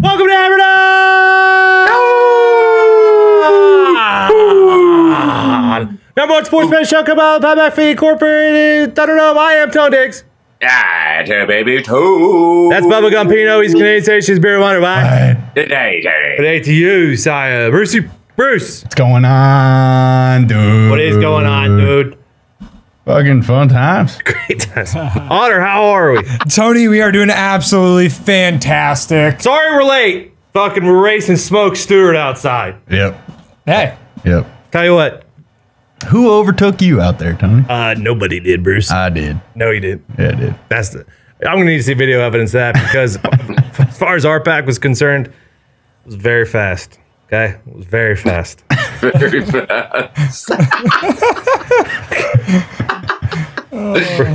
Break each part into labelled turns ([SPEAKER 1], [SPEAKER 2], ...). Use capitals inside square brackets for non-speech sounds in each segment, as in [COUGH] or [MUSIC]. [SPEAKER 1] Welcome to Amazon! Number one sports fan show, come out, Pat McAfee E. Incorporated. I don't know, I am Tone Diggs.
[SPEAKER 2] Ah, to baby too.
[SPEAKER 1] That's Bubba Gumpino, he's Canadian Station's Beer Wonder. Bye.
[SPEAKER 2] today, Terry.
[SPEAKER 1] Today to you, Sire. Brucey Bruce.
[SPEAKER 3] What's going on, dude?
[SPEAKER 1] What is going on, dude?
[SPEAKER 3] Fucking fun times.
[SPEAKER 1] Otter, how are we?
[SPEAKER 4] Tony, we are doing absolutely fantastic.
[SPEAKER 1] Sorry we're late. Fucking we're racing Smoke Stewart outside.
[SPEAKER 3] Yep.
[SPEAKER 4] Hey,
[SPEAKER 3] Yep.
[SPEAKER 1] Tell you what.
[SPEAKER 3] Who overtook you out there, Tony?
[SPEAKER 1] Uh, nobody did, Bruce.
[SPEAKER 3] I did.
[SPEAKER 1] no, he did.
[SPEAKER 3] Yeah, I did.
[SPEAKER 1] That's the. I'm gonna need to see video evidence of that because
[SPEAKER 2] [LAUGHS]
[SPEAKER 1] as far as our pack was concerned, it was very fast. Okay, it was very fast.
[SPEAKER 2] [LAUGHS] Very fast.
[SPEAKER 1] [LAUGHS]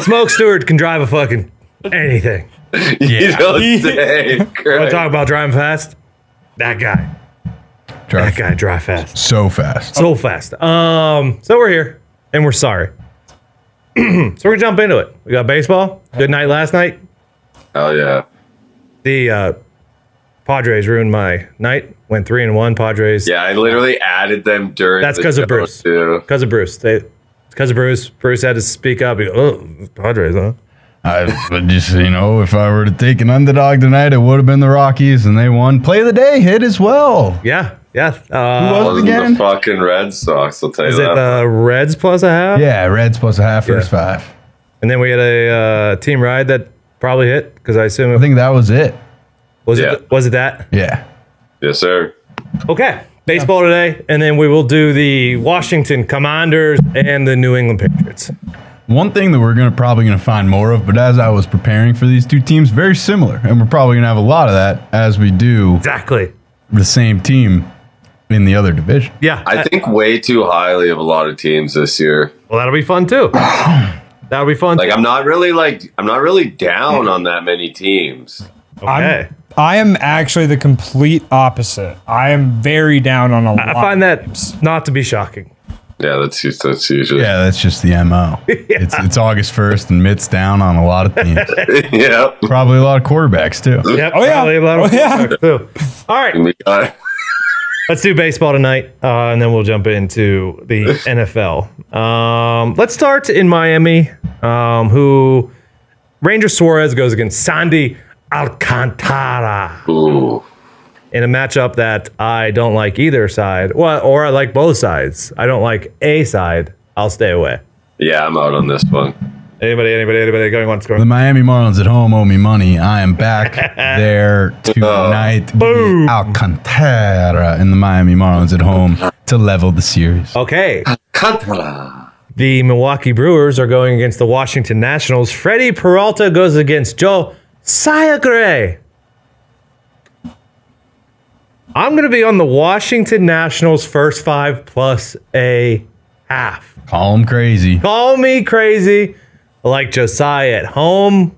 [SPEAKER 1] Smoke Stewart can drive a fucking anything. [LAUGHS]
[SPEAKER 2] You don't say.
[SPEAKER 1] Wanna Talk about driving fast. That guy. That
[SPEAKER 3] Drive
[SPEAKER 1] guy drive fast.
[SPEAKER 3] so fast.
[SPEAKER 1] So fast. Um. So we're here and we're sorry. [CLEARS THROAT] so we're gonna jump into it. We got baseball. Good night last night.
[SPEAKER 2] Hell yeah.
[SPEAKER 1] the uh, Padres ruined my night. Went three and one. Padres.
[SPEAKER 2] Yeah, I literally added them during.
[SPEAKER 1] That's
[SPEAKER 2] the
[SPEAKER 1] 'cause of
[SPEAKER 2] show,
[SPEAKER 1] Bruce.
[SPEAKER 2] Too.
[SPEAKER 1] Because of Bruce. They. Because of Bruce. Bruce had to speak up. He goes, oh, Padres, huh?
[SPEAKER 3] I but just you know, if I were to take an underdog tonight, it would have been the Rockies, and they won. Play of the day hit as well.
[SPEAKER 1] Yeah. Yeah. Uh,
[SPEAKER 3] Who was it
[SPEAKER 2] Wasn't
[SPEAKER 3] again?
[SPEAKER 2] the fucking Red Sox? I'll tell
[SPEAKER 1] is
[SPEAKER 2] you
[SPEAKER 1] it uh,
[SPEAKER 2] that.
[SPEAKER 1] the Reds plus a half?
[SPEAKER 3] Yeah, Reds plus a half, first five.
[SPEAKER 1] And then we had a uh, team ride that probably hit because I assume
[SPEAKER 3] I
[SPEAKER 1] it,
[SPEAKER 3] think that was it.
[SPEAKER 1] was
[SPEAKER 2] Yeah.
[SPEAKER 1] it was it that
[SPEAKER 3] Yeah.
[SPEAKER 2] yes, sir.
[SPEAKER 1] okay baseball today and then we will do the Washington Commanders and the New England Patriots.
[SPEAKER 3] One thing that we're gonna probably gonna find more of, but as I was preparing for these two teams, very similar, and we're probably gonna have a lot of that as we do
[SPEAKER 1] Exactly.
[SPEAKER 3] the same team in the other division.
[SPEAKER 1] Yeah.
[SPEAKER 2] I
[SPEAKER 1] that-
[SPEAKER 2] think way too highly of a lot of teams this year.
[SPEAKER 1] well, that'll be fun too. that'll be fun.
[SPEAKER 2] Like
[SPEAKER 1] too.
[SPEAKER 2] I'm not really like I'm not really down on that many teams.
[SPEAKER 1] Okay.
[SPEAKER 4] I'm I am actually the complete opposite. I am very down on a lot.
[SPEAKER 1] I find
[SPEAKER 4] of
[SPEAKER 1] that
[SPEAKER 4] names.
[SPEAKER 1] not to be shocking.
[SPEAKER 2] Yeah, that's us- that's usually [LAUGHS] yeah.
[SPEAKER 3] Yeah, that's just the [LAUGHS] MO. It's it's August first and Mitts down on a lot of [LAUGHS] teams. Probably a lot of quarterbacks too.
[SPEAKER 1] Yep.
[SPEAKER 4] Oh, yeah.
[SPEAKER 1] probably a lot of
[SPEAKER 4] Oh, yeah.
[SPEAKER 1] quarterbacks, too. [LAUGHS] All right.
[SPEAKER 2] We got
[SPEAKER 1] Let's do baseball tonight, uh, and then we'll jump into the [LAUGHS] NFL. Um, let's start in Miami, um, who Ranger Suarez goes against Sandy Alcantara
[SPEAKER 2] ooh.
[SPEAKER 1] in a matchup that I don't like either side. Well, or I like both sides. I don't like a side. I'll stay away.
[SPEAKER 2] Yeah, I'm out on this one.
[SPEAKER 1] Anybody, anybody, anybody going once?
[SPEAKER 3] The
[SPEAKER 1] Going.
[SPEAKER 3] Miami Marlins at home owe me money. I am back [LAUGHS] there tonight. Boom. Alcantara and the Miami Marlins at home to level the series.
[SPEAKER 1] Okay.
[SPEAKER 2] Cantala.
[SPEAKER 1] The Milwaukee Brewers are going against the Washington Nationals. Freddie Peralta goes against Joe Sayagrey. I'm going to be on the Washington Nationals first five plus a half.
[SPEAKER 3] Call 'em crazy.
[SPEAKER 1] Call me crazy, I like Josiah at home.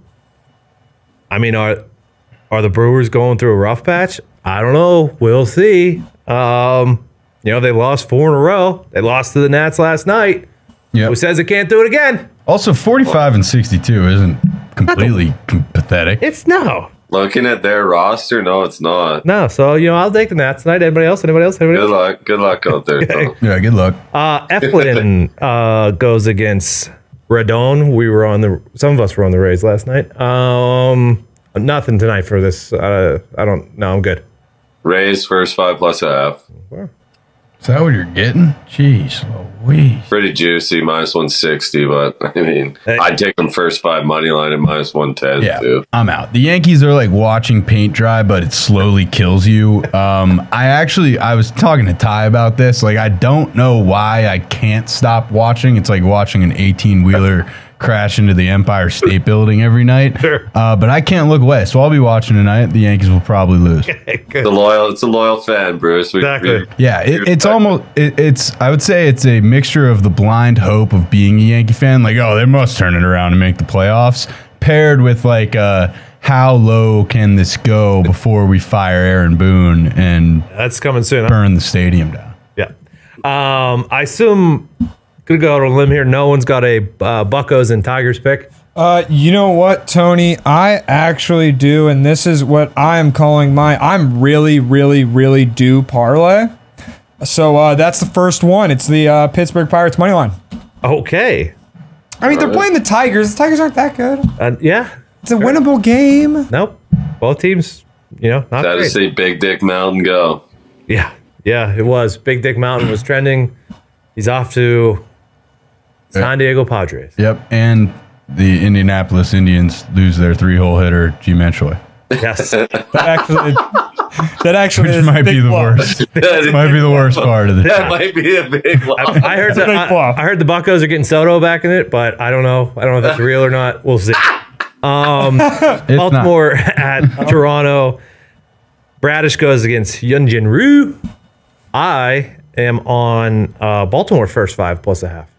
[SPEAKER 1] I mean, are are the Brewers going through a rough patch? I don't know. We'll see. Um, you know, they lost four in a row. They lost to the Nats last night.
[SPEAKER 3] Yep.
[SPEAKER 1] Who says it can't do it again?
[SPEAKER 3] Also, 45 and 62 isn't completely com- pathetic.
[SPEAKER 1] It's no,
[SPEAKER 2] Looking at their roster, no, it's not.
[SPEAKER 1] no. So you know, I'll take the Nats tonight. Anybody else? Anybody else? Anybody
[SPEAKER 2] Good
[SPEAKER 1] else?
[SPEAKER 2] luck. Good luck out there. Tom.
[SPEAKER 3] Yeah, good luck.
[SPEAKER 1] Uh, Eflin uh, goes against Radon. We were on the. Some of us were on the Rays last night. Um, nothing tonight for this. Uh, I don't. No, I'm good.
[SPEAKER 2] Rays first five plus a half.
[SPEAKER 3] Is that what you're getting? Jeez Louise.
[SPEAKER 2] Pretty juicy, minus one sixty, but I mean
[SPEAKER 1] Hey.
[SPEAKER 2] I'd take them first five money line at minus one ten
[SPEAKER 3] Yeah,
[SPEAKER 2] too.
[SPEAKER 3] I'm out. The Yankees are like watching paint dry, but it slowly kills you. Um, I actually, I was talking to Ty about this. Like, I don't know why I can't stop watching. It's like watching an 18 wheeler [LAUGHS] crash into the Empire State Building every night.
[SPEAKER 1] Sure.
[SPEAKER 3] Uh, but I can't look away, so I'll be watching tonight. The Yankees will probably lose.
[SPEAKER 2] The loyal it's a loyal fan, Bruce. We,
[SPEAKER 1] Exactly.
[SPEAKER 3] Yeah, it, it's almost it, it's. I would say it's a mixture of the blind hope of being a Yankee fan, like oh they must turn it around and make the playoffs, paired with like uh, how low can this go before we fire Aaron Boone and
[SPEAKER 1] That's coming soon. huh?
[SPEAKER 3] burn the stadium down.
[SPEAKER 1] Yeah. Um, I assume gonna go out on a limb here. No one's got a uh, Buckos and Tigers pick.
[SPEAKER 4] Uh, you know what, Tony? I actually do, and this is what I am calling my I'm really, really, really do parlay. So uh, that's the first one. It's the uh, Pittsburgh Pirates money line.
[SPEAKER 1] Okay.
[SPEAKER 4] I mean, they're playing the Tigers. The Tigers aren't that good.
[SPEAKER 1] Uh, yeah.
[SPEAKER 4] It's a
[SPEAKER 1] [LAUGHS]
[SPEAKER 4] winnable game.
[SPEAKER 1] Nope. Both teams, you know, not
[SPEAKER 2] Got to
[SPEAKER 1] great.
[SPEAKER 2] see Big Dick Mountain go. [LAUGHS]
[SPEAKER 1] Yeah. Yeah, it was. Big Dick Mountain was trending. He's off to San Diego Padres.
[SPEAKER 3] Yep. And the Indianapolis Indians lose their three hole hitter, G Man Choi.
[SPEAKER 1] Yes.
[SPEAKER 4] That actually, that actually
[SPEAKER 3] Which
[SPEAKER 4] is a
[SPEAKER 3] might
[SPEAKER 4] big
[SPEAKER 3] be the
[SPEAKER 4] blow.
[SPEAKER 3] worst.
[SPEAKER 2] that
[SPEAKER 3] might be the worst part of the
[SPEAKER 2] might be a big loss.
[SPEAKER 1] I heard that,
[SPEAKER 4] Big
[SPEAKER 1] I,
[SPEAKER 4] blow.
[SPEAKER 1] I heard the Buccos are getting Soto back in it, but I don't know. I don't know if that's real or not. We'll see.
[SPEAKER 3] It's not.
[SPEAKER 1] Baltimore [LAUGHS] at Toronto. Bradish goes against Yunjin Ryu. I am on uh, Baltimore first five plus a half.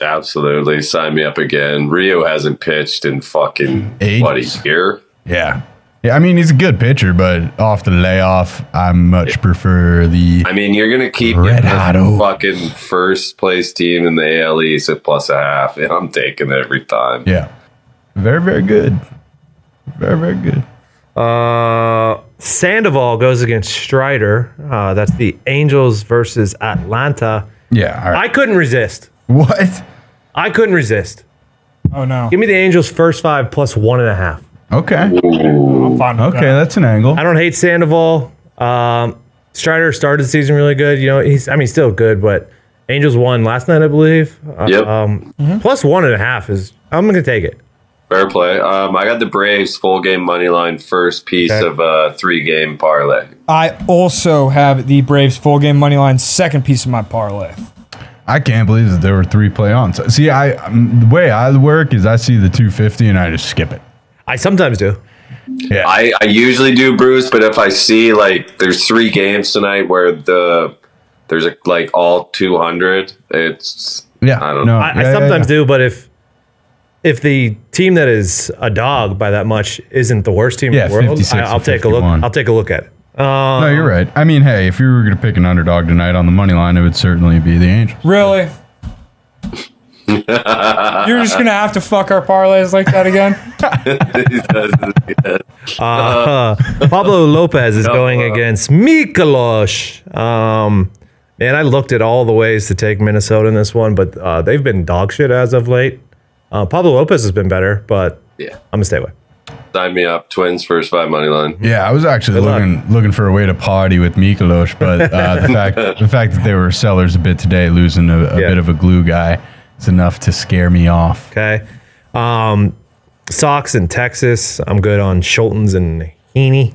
[SPEAKER 2] Absolutely. Sign me up again. Rio hasn't pitched in fucking
[SPEAKER 3] Ages.
[SPEAKER 2] what a year.
[SPEAKER 3] Yeah. Yeah, I mean he's a good pitcher, but off the layoff, I much prefer the
[SPEAKER 2] I mean, you're gonna keep
[SPEAKER 3] Red
[SPEAKER 2] getting
[SPEAKER 3] hot
[SPEAKER 2] the
[SPEAKER 3] O's.
[SPEAKER 2] fucking first place team in the AL East at plus a half, and I'm taking it every time.
[SPEAKER 3] yeah. Very very good. Very very good.
[SPEAKER 1] Uh, Sandoval goes against Strider. Uh, that's the Angels versus Atlanta.
[SPEAKER 3] Yeah. All right.
[SPEAKER 1] I couldn't resist.
[SPEAKER 3] what?
[SPEAKER 1] I couldn't resist.
[SPEAKER 4] Oh no.
[SPEAKER 1] Give me the Angels first five plus one and a half.
[SPEAKER 3] Okay.
[SPEAKER 2] Ooh.
[SPEAKER 4] Fine with
[SPEAKER 3] Okay,
[SPEAKER 4] that.
[SPEAKER 3] that's an angle.
[SPEAKER 1] I don't hate Sandoval. Um, Strider started the season really good. You know, he's I mean still good, but Angels won last night, I believe. Uh,
[SPEAKER 2] Yep.
[SPEAKER 1] Um, plus one and a half is I'm gonna take it.
[SPEAKER 2] Fair play. Um, I got the Braves full game money line first piece
[SPEAKER 1] Okay.
[SPEAKER 2] of a three game parlay.
[SPEAKER 4] I also have the Braves full game money line second piece of my parlay.
[SPEAKER 3] I can't believe that there were three play ons. See, I um, the way I work is I see the 250 and I just skip it.
[SPEAKER 1] I sometimes do.
[SPEAKER 3] Yeah.
[SPEAKER 2] I, I usually do Bruce, but if I see like there's three games tonight where the there's a, like all 200, it's [LAUGHS]
[SPEAKER 3] yeah.
[SPEAKER 2] I don't
[SPEAKER 3] no,
[SPEAKER 2] know.
[SPEAKER 1] I,
[SPEAKER 3] yeah, yeah,
[SPEAKER 1] I sometimes
[SPEAKER 3] yeah.
[SPEAKER 1] do, but if if the team that is a dog by that much isn't the worst team
[SPEAKER 3] Yeah,
[SPEAKER 1] in the world,
[SPEAKER 3] 56
[SPEAKER 1] I,
[SPEAKER 3] or
[SPEAKER 1] I'll take a look.
[SPEAKER 3] 51.
[SPEAKER 1] I'll take a look at it. Uh,
[SPEAKER 3] No, you're right. I mean, hey, if you were going to pick an underdog tonight on the money line, it would certainly be the Angels.
[SPEAKER 2] [LAUGHS]
[SPEAKER 4] Really? You're just gonna have to fuck our parlays like that again.
[SPEAKER 1] Uh, Pablo Lopez is going against Mikolos. Um, man, I looked at all the ways to take Minnesota in this one, but uh, they've been dog shit as of late. Uh, Pablo Lopez has been better, but
[SPEAKER 2] yeah.
[SPEAKER 1] I'm gonna stay away.
[SPEAKER 2] Sign me up. Twins first five money line.
[SPEAKER 3] Yeah, I was actually
[SPEAKER 1] luck.
[SPEAKER 3] looking looking for a way to party with Mikolos,
[SPEAKER 2] [LAUGHS]
[SPEAKER 3] but uh, the fact the fact that they were sellers a bit today, losing a, a
[SPEAKER 1] Yeah.
[SPEAKER 3] bit of a glue guy, is enough to scare me off.
[SPEAKER 1] Okay. Um, Sox in Texas. I'm good on Schultons and Heaney.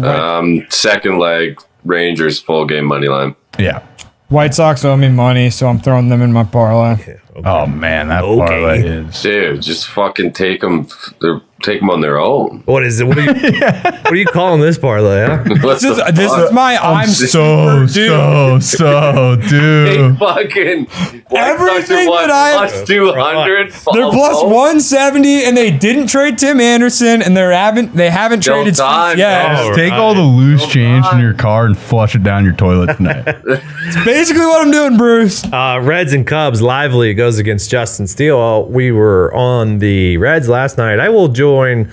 [SPEAKER 2] Um, second leg Rangers full game money line.
[SPEAKER 3] Yeah.
[SPEAKER 4] White Sox owe me money, so I'm throwing them in my parlay.
[SPEAKER 3] Oh man, that
[SPEAKER 1] Okay.
[SPEAKER 3] parlay is.
[SPEAKER 2] Dude, just fucking take them. They're take them on their own. [LAUGHS]
[SPEAKER 1] What is it? What are you, what are you calling this parlay? Huh?
[SPEAKER 2] What
[SPEAKER 4] This
[SPEAKER 2] the
[SPEAKER 4] is, this is
[SPEAKER 2] fuck?
[SPEAKER 4] my I'm
[SPEAKER 3] So so so,
[SPEAKER 2] They
[SPEAKER 3] dude.
[SPEAKER 2] [LAUGHS] fucking
[SPEAKER 4] Mm. Everything that I-
[SPEAKER 2] two hundred.
[SPEAKER 4] They're plus 170, and they didn't trade Tim Anderson, and they haven't they haven't
[SPEAKER 2] Still
[SPEAKER 4] traded
[SPEAKER 2] time,
[SPEAKER 4] Yeah,
[SPEAKER 1] bro.
[SPEAKER 3] Take all the loose change in your car and flush it down your toilet tonight.
[SPEAKER 4] it's basically what I'm doing, Bruce.
[SPEAKER 1] Uh, Reds and Cubs. Lively goes against Justin Steele. Uh, We were on the Reds last night. I will join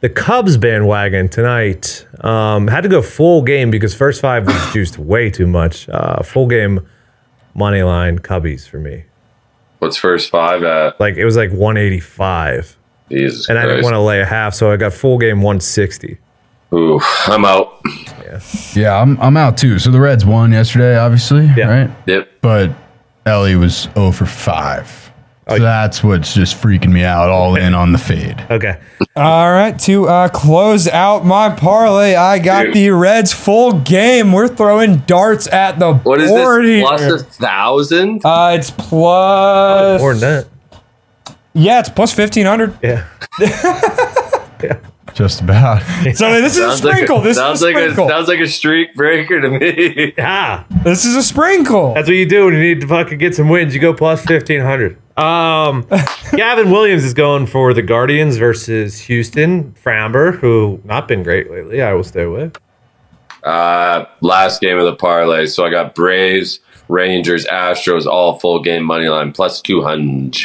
[SPEAKER 1] the Cubs bandwagon tonight. Um, had to go full game because first five [SIGHS] was juiced way too much. Uh, full game money line Cubbies for me.
[SPEAKER 2] What's first five at?
[SPEAKER 1] Like it was like 185,
[SPEAKER 2] Jesus
[SPEAKER 1] and I didn't
[SPEAKER 2] Christ.
[SPEAKER 1] want to lay a half, so I got full game 160.
[SPEAKER 2] Ooh, I'm out.
[SPEAKER 3] Yeah, I'm I'm out too. So the Reds won yesterday, obviously,
[SPEAKER 1] Yeah.
[SPEAKER 3] right?
[SPEAKER 2] Yep.
[SPEAKER 3] But Ellie was 0 for 5. So that's what's just freaking me out all in on the fade.
[SPEAKER 1] Okay,
[SPEAKER 4] All right, to uh, close out my parlay, I got
[SPEAKER 2] Dude.
[SPEAKER 4] the Reds full game. We're throwing darts at the
[SPEAKER 2] What is
[SPEAKER 4] board
[SPEAKER 2] this?
[SPEAKER 4] here.
[SPEAKER 2] Plus a thousand?
[SPEAKER 4] uh, it's plus.
[SPEAKER 1] more than [LAUGHS] that.
[SPEAKER 4] Yeah, it's plus fifteen hundred.
[SPEAKER 1] Yeah.
[SPEAKER 3] Just about. [LAUGHS]
[SPEAKER 4] So this is a sprinkle.
[SPEAKER 2] Like a,
[SPEAKER 4] this
[SPEAKER 2] sounds
[SPEAKER 4] is a
[SPEAKER 2] like
[SPEAKER 4] sprinkle.
[SPEAKER 2] a sounds like a streak breaker to me. [LAUGHS]
[SPEAKER 1] Ah,
[SPEAKER 4] this is a sprinkle.
[SPEAKER 1] That's what you do when you need to fucking get some wins. You go plus fifteen hundred.
[SPEAKER 3] [LAUGHS]
[SPEAKER 1] Um, Gavin Williams is going for the Guardians versus Houston. Framber, who not been great lately, I will stay with.
[SPEAKER 2] Uh, last game of the parlay. So I got Braves, Rangers, Astros, all full game money line plus two hundred.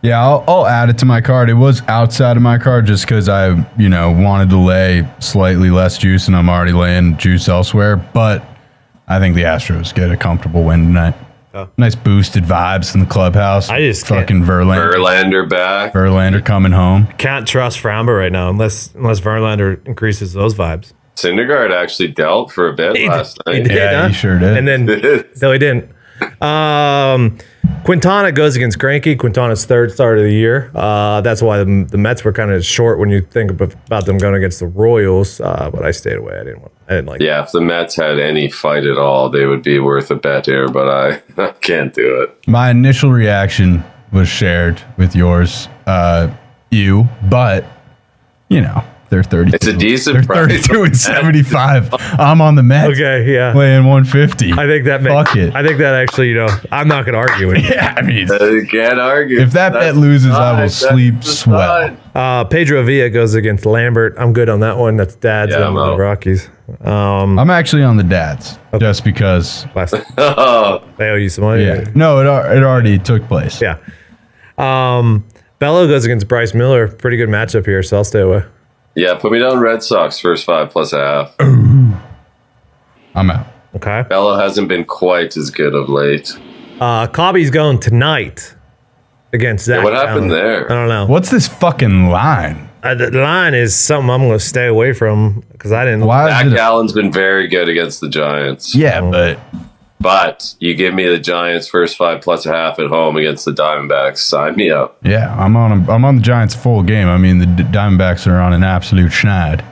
[SPEAKER 3] Yeah, I'll, I'll add it to my card. It was outside of my card just because I, you know, wanted to lay slightly less juice, and I'm already laying juice elsewhere. But I think the Astros get a comfortable win tonight. Nice boosted vibes in the clubhouse.
[SPEAKER 1] I just can't-
[SPEAKER 3] fucking Verlander,
[SPEAKER 2] Verlander back.
[SPEAKER 3] Verlander coming home.
[SPEAKER 1] Can't trust Framba right now unless unless Verlander increases those vibes.
[SPEAKER 2] Syndergaard actually dealt for a bit
[SPEAKER 1] He did-
[SPEAKER 2] last
[SPEAKER 1] he
[SPEAKER 2] night.
[SPEAKER 1] did,
[SPEAKER 3] Yeah,
[SPEAKER 1] huh?
[SPEAKER 3] he sure did.
[SPEAKER 1] And then no, he didn't. Um, Quintana goes against Granky. Quintana's third start of the year. Uh, that's why the, the Mets were kind of short when you think ab- about them going against the Royals. Uh, but I stayed away. I didn't want. I didn't like.
[SPEAKER 2] yeah, if the Mets had any fight at all, they would be worth a bet here, but I, [LAUGHS] I can't do it.
[SPEAKER 3] My initial reaction was shared with yours, uh, you, but you know they're thirty.
[SPEAKER 2] It's a decent
[SPEAKER 3] They're
[SPEAKER 2] price.
[SPEAKER 3] thirty-two and seventy-five. I'm on the Mets.
[SPEAKER 1] Okay. Yeah.
[SPEAKER 3] Playing 150.
[SPEAKER 1] I think that
[SPEAKER 3] Fuck
[SPEAKER 1] makes.
[SPEAKER 3] it.
[SPEAKER 1] I think that actually, you know, I'm not going to argue with
[SPEAKER 3] [LAUGHS]
[SPEAKER 1] you.
[SPEAKER 3] yeah, I mean, it's-
[SPEAKER 2] I can't argue.
[SPEAKER 3] If that bet loses, I will
[SPEAKER 2] That's
[SPEAKER 3] sleep
[SPEAKER 2] the
[SPEAKER 3] swell.
[SPEAKER 2] sign.
[SPEAKER 1] Uh, Pedro Villa goes against Lambert. I'm good on that one. That's Dad's
[SPEAKER 2] Yeah,
[SPEAKER 1] on
[SPEAKER 2] I'm
[SPEAKER 1] the
[SPEAKER 2] out.
[SPEAKER 1] Rockies. Um,
[SPEAKER 3] I'm actually on the dads just because.
[SPEAKER 1] last,
[SPEAKER 2] [LAUGHS] Oh,
[SPEAKER 1] they owe you some money.
[SPEAKER 3] Yeah, no, it al- it already took place.
[SPEAKER 1] Yeah. Um, Bello goes against Bryce Miller. Pretty good matchup here, so I'll stay away.
[SPEAKER 2] yeah, put me down Red Sox first five plus a half.
[SPEAKER 3] I'm out.
[SPEAKER 1] Okay.
[SPEAKER 2] Bello hasn't been quite as good of late.
[SPEAKER 1] Uh, Cobby's going tonight against Zach.
[SPEAKER 2] what happened
[SPEAKER 1] Allen.
[SPEAKER 2] there?
[SPEAKER 1] I don't know.
[SPEAKER 3] What's this fucking line?
[SPEAKER 1] Uh, the line is something I'm going to stay away from because I didn't.
[SPEAKER 3] Why
[SPEAKER 2] Zach
[SPEAKER 3] is it? a-
[SPEAKER 2] Allen's been very good against the Giants.
[SPEAKER 3] yeah, but
[SPEAKER 2] But you give me the Giants first five plus a half at home against the Diamondbacks. Sign me up.
[SPEAKER 3] yeah, I'm on. A, I'm on the Giants full game. I mean, the D- Diamondbacks are on an absolute schneid.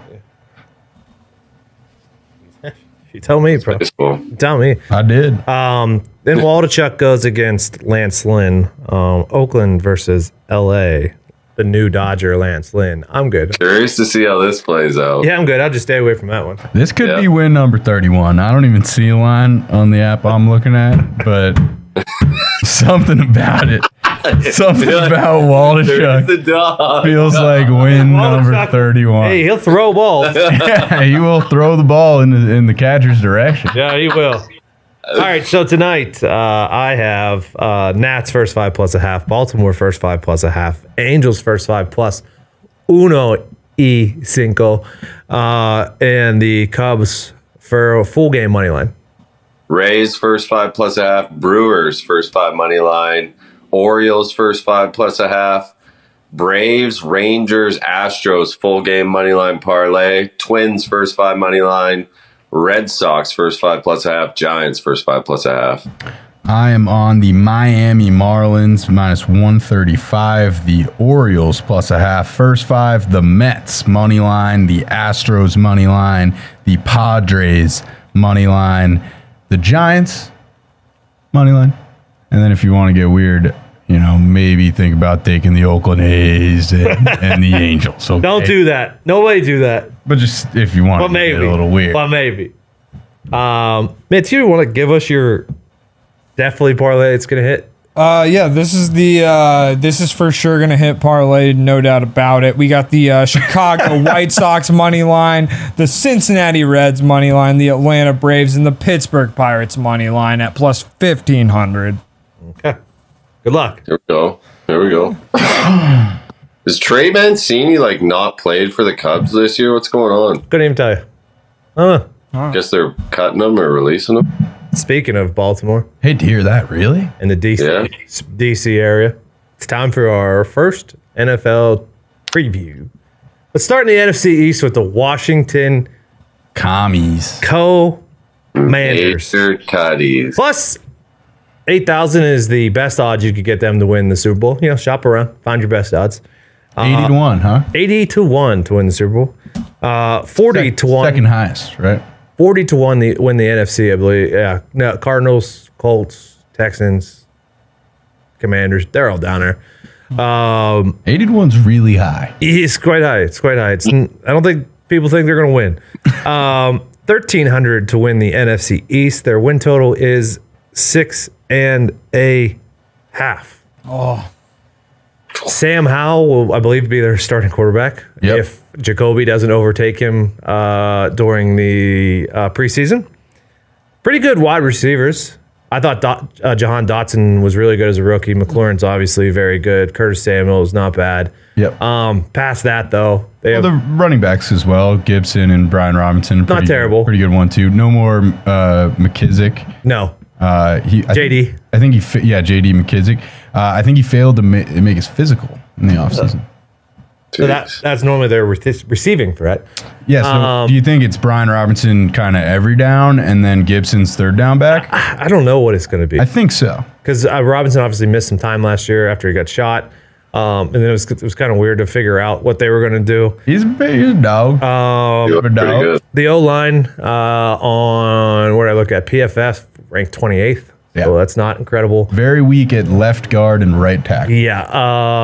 [SPEAKER 1] You tell me, bro.
[SPEAKER 2] It's cool.
[SPEAKER 1] Tell me.
[SPEAKER 3] I did.
[SPEAKER 1] Um, then Waldachuk goes against Lance Lynn. Um, Oakland versus L.A. The new Dodger, Lance Lynn. I'm good.
[SPEAKER 2] Curious to see how this plays out.
[SPEAKER 1] Yeah, I'm good. I'll just stay away from that one.
[SPEAKER 3] This could
[SPEAKER 2] Yeah.
[SPEAKER 3] be win number 31. I don't even see a line on the app I'm looking at, but something about it. Something
[SPEAKER 2] Yeah.
[SPEAKER 3] about
[SPEAKER 2] There's
[SPEAKER 3] Waldachuk
[SPEAKER 2] the dog.
[SPEAKER 3] feels like win number
[SPEAKER 1] Waldachuk-
[SPEAKER 3] 31.
[SPEAKER 1] Hey, he'll throw balls.
[SPEAKER 3] [LAUGHS] Yeah, he will throw the ball in the, in the catcher's direction.
[SPEAKER 1] [LAUGHS] Yeah, he will. All right, so tonight uh, I have uh, Nats first five plus a half, Baltimore first five plus a half, Angels first five plus uno e cinco, uh, and the Cubs for a full game money line.
[SPEAKER 2] Rays first five plus a half. Brewers first five money line. Orioles first five plus a half. Braves, Rangers, Astros full game money line parlay. Twins first five money line. Red Sox first five plus a half. Giants first five plus a half.
[SPEAKER 3] I am on the Miami Marlins minus 135, the Orioles plus a half, first five, the Mets money line, the Astros money line, the Padres money line, the Giants money line. And then if you want to get weird, you know, maybe think about taking the Oakland A's [LAUGHS] and, and the Angels. Okay?
[SPEAKER 1] Don't do that. Nobody do that.
[SPEAKER 3] But just if you want
[SPEAKER 1] But
[SPEAKER 3] to get
[SPEAKER 1] maybe
[SPEAKER 3] a little weird.
[SPEAKER 1] But maybe. Um, Mitch, you want to give us your definitely parlay? It's gonna hit.
[SPEAKER 4] Uh, yeah, this is the uh, this is for sure gonna hit parlay, no doubt about it. We got the uh, Chicago White Sox money line, the Cincinnati Reds money line, the Atlanta Braves, and the Pittsburgh Pirates money line at plus fifteen hundred.
[SPEAKER 1] Good luck.
[SPEAKER 2] Here we go. Here we go. Is Trey Mancini like not played for the Cubs this year? What's going on?
[SPEAKER 1] Couldn't even tell you.
[SPEAKER 2] Guess they're cutting him or releasing him.
[SPEAKER 1] Speaking of Baltimore.
[SPEAKER 3] Hate to hear that, really?
[SPEAKER 1] in the DC
[SPEAKER 2] Yeah.
[SPEAKER 1] DC area. It's time for our first NFL preview. Let's start in the NFC East with the Washington
[SPEAKER 3] Commies.
[SPEAKER 1] Commanders.
[SPEAKER 2] Major Cuddies.
[SPEAKER 1] Plus, 8,000 is the best odds you could get them to win the Super Bowl. You know, shop around, find your best odds. Uh-huh.
[SPEAKER 3] 80 to 1, huh?
[SPEAKER 1] 80 to 1 to win the Super Bowl. Uh, 40 to 1.
[SPEAKER 3] Second highest, right?
[SPEAKER 1] 40 to 1 the win the NFC, I believe. Yeah. No, Cardinals, Colts, Texans, Commanders. They're all down there.
[SPEAKER 3] 81's really high.
[SPEAKER 1] It's quite high. It's quite high. It's. n- I don't think people think they're going to win. Um, Thirteen hundred to win the NFC East. Their win total is six and a half. Oh. Sam Howell will, I believe, be their starting quarterback
[SPEAKER 3] Yep.
[SPEAKER 1] if Jacoby doesn't overtake him uh, during the uh, preseason. Pretty good wide receivers. I thought Dot, uh, Jahan Dotson was really good as a rookie. McLaurin's obviously very good. Curtis Samuel is not bad.
[SPEAKER 3] Yep.
[SPEAKER 1] Um, past that though, they
[SPEAKER 3] Well,
[SPEAKER 1] have,
[SPEAKER 3] the running backs as well, Gibson and Brian Robinson. Pretty,
[SPEAKER 1] terrible.
[SPEAKER 3] Pretty good one too. No more uh, McKissick.
[SPEAKER 1] no.
[SPEAKER 3] Uh, he I
[SPEAKER 1] JD.
[SPEAKER 3] think- I think he fa- yeah JD McKissick. Uh, I think he failed to ma- make his physical in the offseason.
[SPEAKER 1] Uh, So that that's normally their re- receiving threat.
[SPEAKER 3] Yeah. So
[SPEAKER 1] um,
[SPEAKER 3] do you think it's Brian Robinson kind of every down and then Gibson's third down back?
[SPEAKER 1] I don't know what it's going to be
[SPEAKER 3] I think so.
[SPEAKER 1] because uh, Robinson obviously missed some time last year after he got shot, um, and then it was it was kind of weird to figure out what they were going to do.
[SPEAKER 3] He's a big he's a dog.
[SPEAKER 1] Uh,
[SPEAKER 2] You look
[SPEAKER 3] Never
[SPEAKER 2] pretty
[SPEAKER 3] doubt.
[SPEAKER 2] good.
[SPEAKER 1] The O line uh, on where I look at PFF ranked 28th.
[SPEAKER 3] Yeah.
[SPEAKER 1] So that's not incredible.
[SPEAKER 3] Very weak at left guard and right tackle.
[SPEAKER 1] Yeah.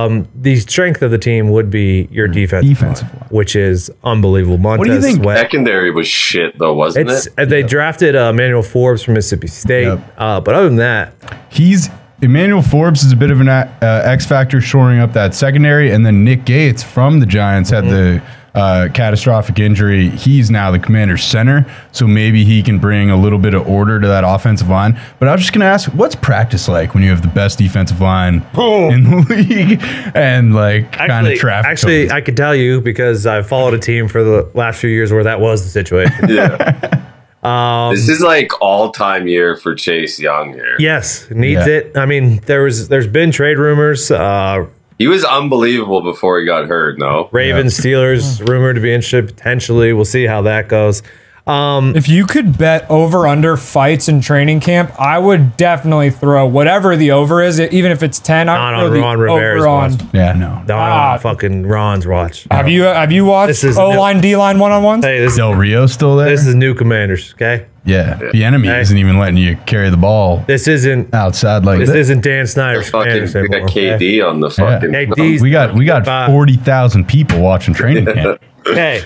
[SPEAKER 1] Um, the strength of the team would be your defense,
[SPEAKER 3] Defensive line.
[SPEAKER 1] which is unbelievable. Montez
[SPEAKER 3] do you think-
[SPEAKER 1] Sweat.
[SPEAKER 2] Secondary was shit though, wasn't
[SPEAKER 1] It's
[SPEAKER 2] it?
[SPEAKER 1] uh, they drafted uh, Manuel Forbes from Mississippi State,
[SPEAKER 3] Yep.
[SPEAKER 1] uh, but other than that,
[SPEAKER 3] He's Emmanuel Forbes is a bit of an uh, X factor shoring up that secondary, and then Nick Gates from the Giants had
[SPEAKER 1] Mm-hmm.
[SPEAKER 3] the uh, catastrophic injury. He's now the commander's center, so maybe he can bring a little bit of order to that offensive line. But I was just gonna ask, what's practice like when you have the best defensive line in the [LAUGHS] league and like kind of
[SPEAKER 1] actually,
[SPEAKER 3] traffic?
[SPEAKER 1] actually,
[SPEAKER 3] cones?
[SPEAKER 1] I could tell you because I've followed a team for the last few years where that was the
[SPEAKER 3] [LAUGHS]
[SPEAKER 1] situation. [LAUGHS]
[SPEAKER 2] Yeah.
[SPEAKER 1] Um,
[SPEAKER 2] this is like all time year for Chase Young here.
[SPEAKER 1] yes, needs
[SPEAKER 3] Yeah.
[SPEAKER 1] it. I mean, there was there's been trade rumors. Uh,
[SPEAKER 2] He was unbelievable before he got hurt, no?
[SPEAKER 1] Ravens, Steelers, rumored to be interested potentially. We'll see how that goes.
[SPEAKER 4] If you could bet over under fights in training camp, I would definitely throw whatever the over is, even if it's ten. I
[SPEAKER 1] Not
[SPEAKER 4] would
[SPEAKER 1] on
[SPEAKER 4] throw the
[SPEAKER 1] Ron Rivera's
[SPEAKER 4] over on.
[SPEAKER 1] watch.
[SPEAKER 3] yeah, no,
[SPEAKER 1] Not
[SPEAKER 4] Ah.
[SPEAKER 1] on fucking Ron's watch.
[SPEAKER 3] Ah.
[SPEAKER 4] Have you have you watched
[SPEAKER 1] This is-
[SPEAKER 4] O line D line one on ones?
[SPEAKER 1] Hey, this,
[SPEAKER 3] Del Rio still there.
[SPEAKER 1] this is new commanders. Okay,
[SPEAKER 3] yeah, the enemy
[SPEAKER 1] Hey.
[SPEAKER 3] isn't even letting you carry the ball
[SPEAKER 1] this isn't
[SPEAKER 3] outside like
[SPEAKER 1] this
[SPEAKER 3] that.
[SPEAKER 1] isn't Dan Snyder's
[SPEAKER 2] Fucking
[SPEAKER 1] commanders
[SPEAKER 2] we
[SPEAKER 1] anymore.
[SPEAKER 2] got
[SPEAKER 1] okay?
[SPEAKER 2] KD on the fucking
[SPEAKER 1] Hey, [LAUGHS] D's-
[SPEAKER 3] We got we got
[SPEAKER 1] Goodbye.
[SPEAKER 3] forty thousand people watching training camp.
[SPEAKER 1] Hey,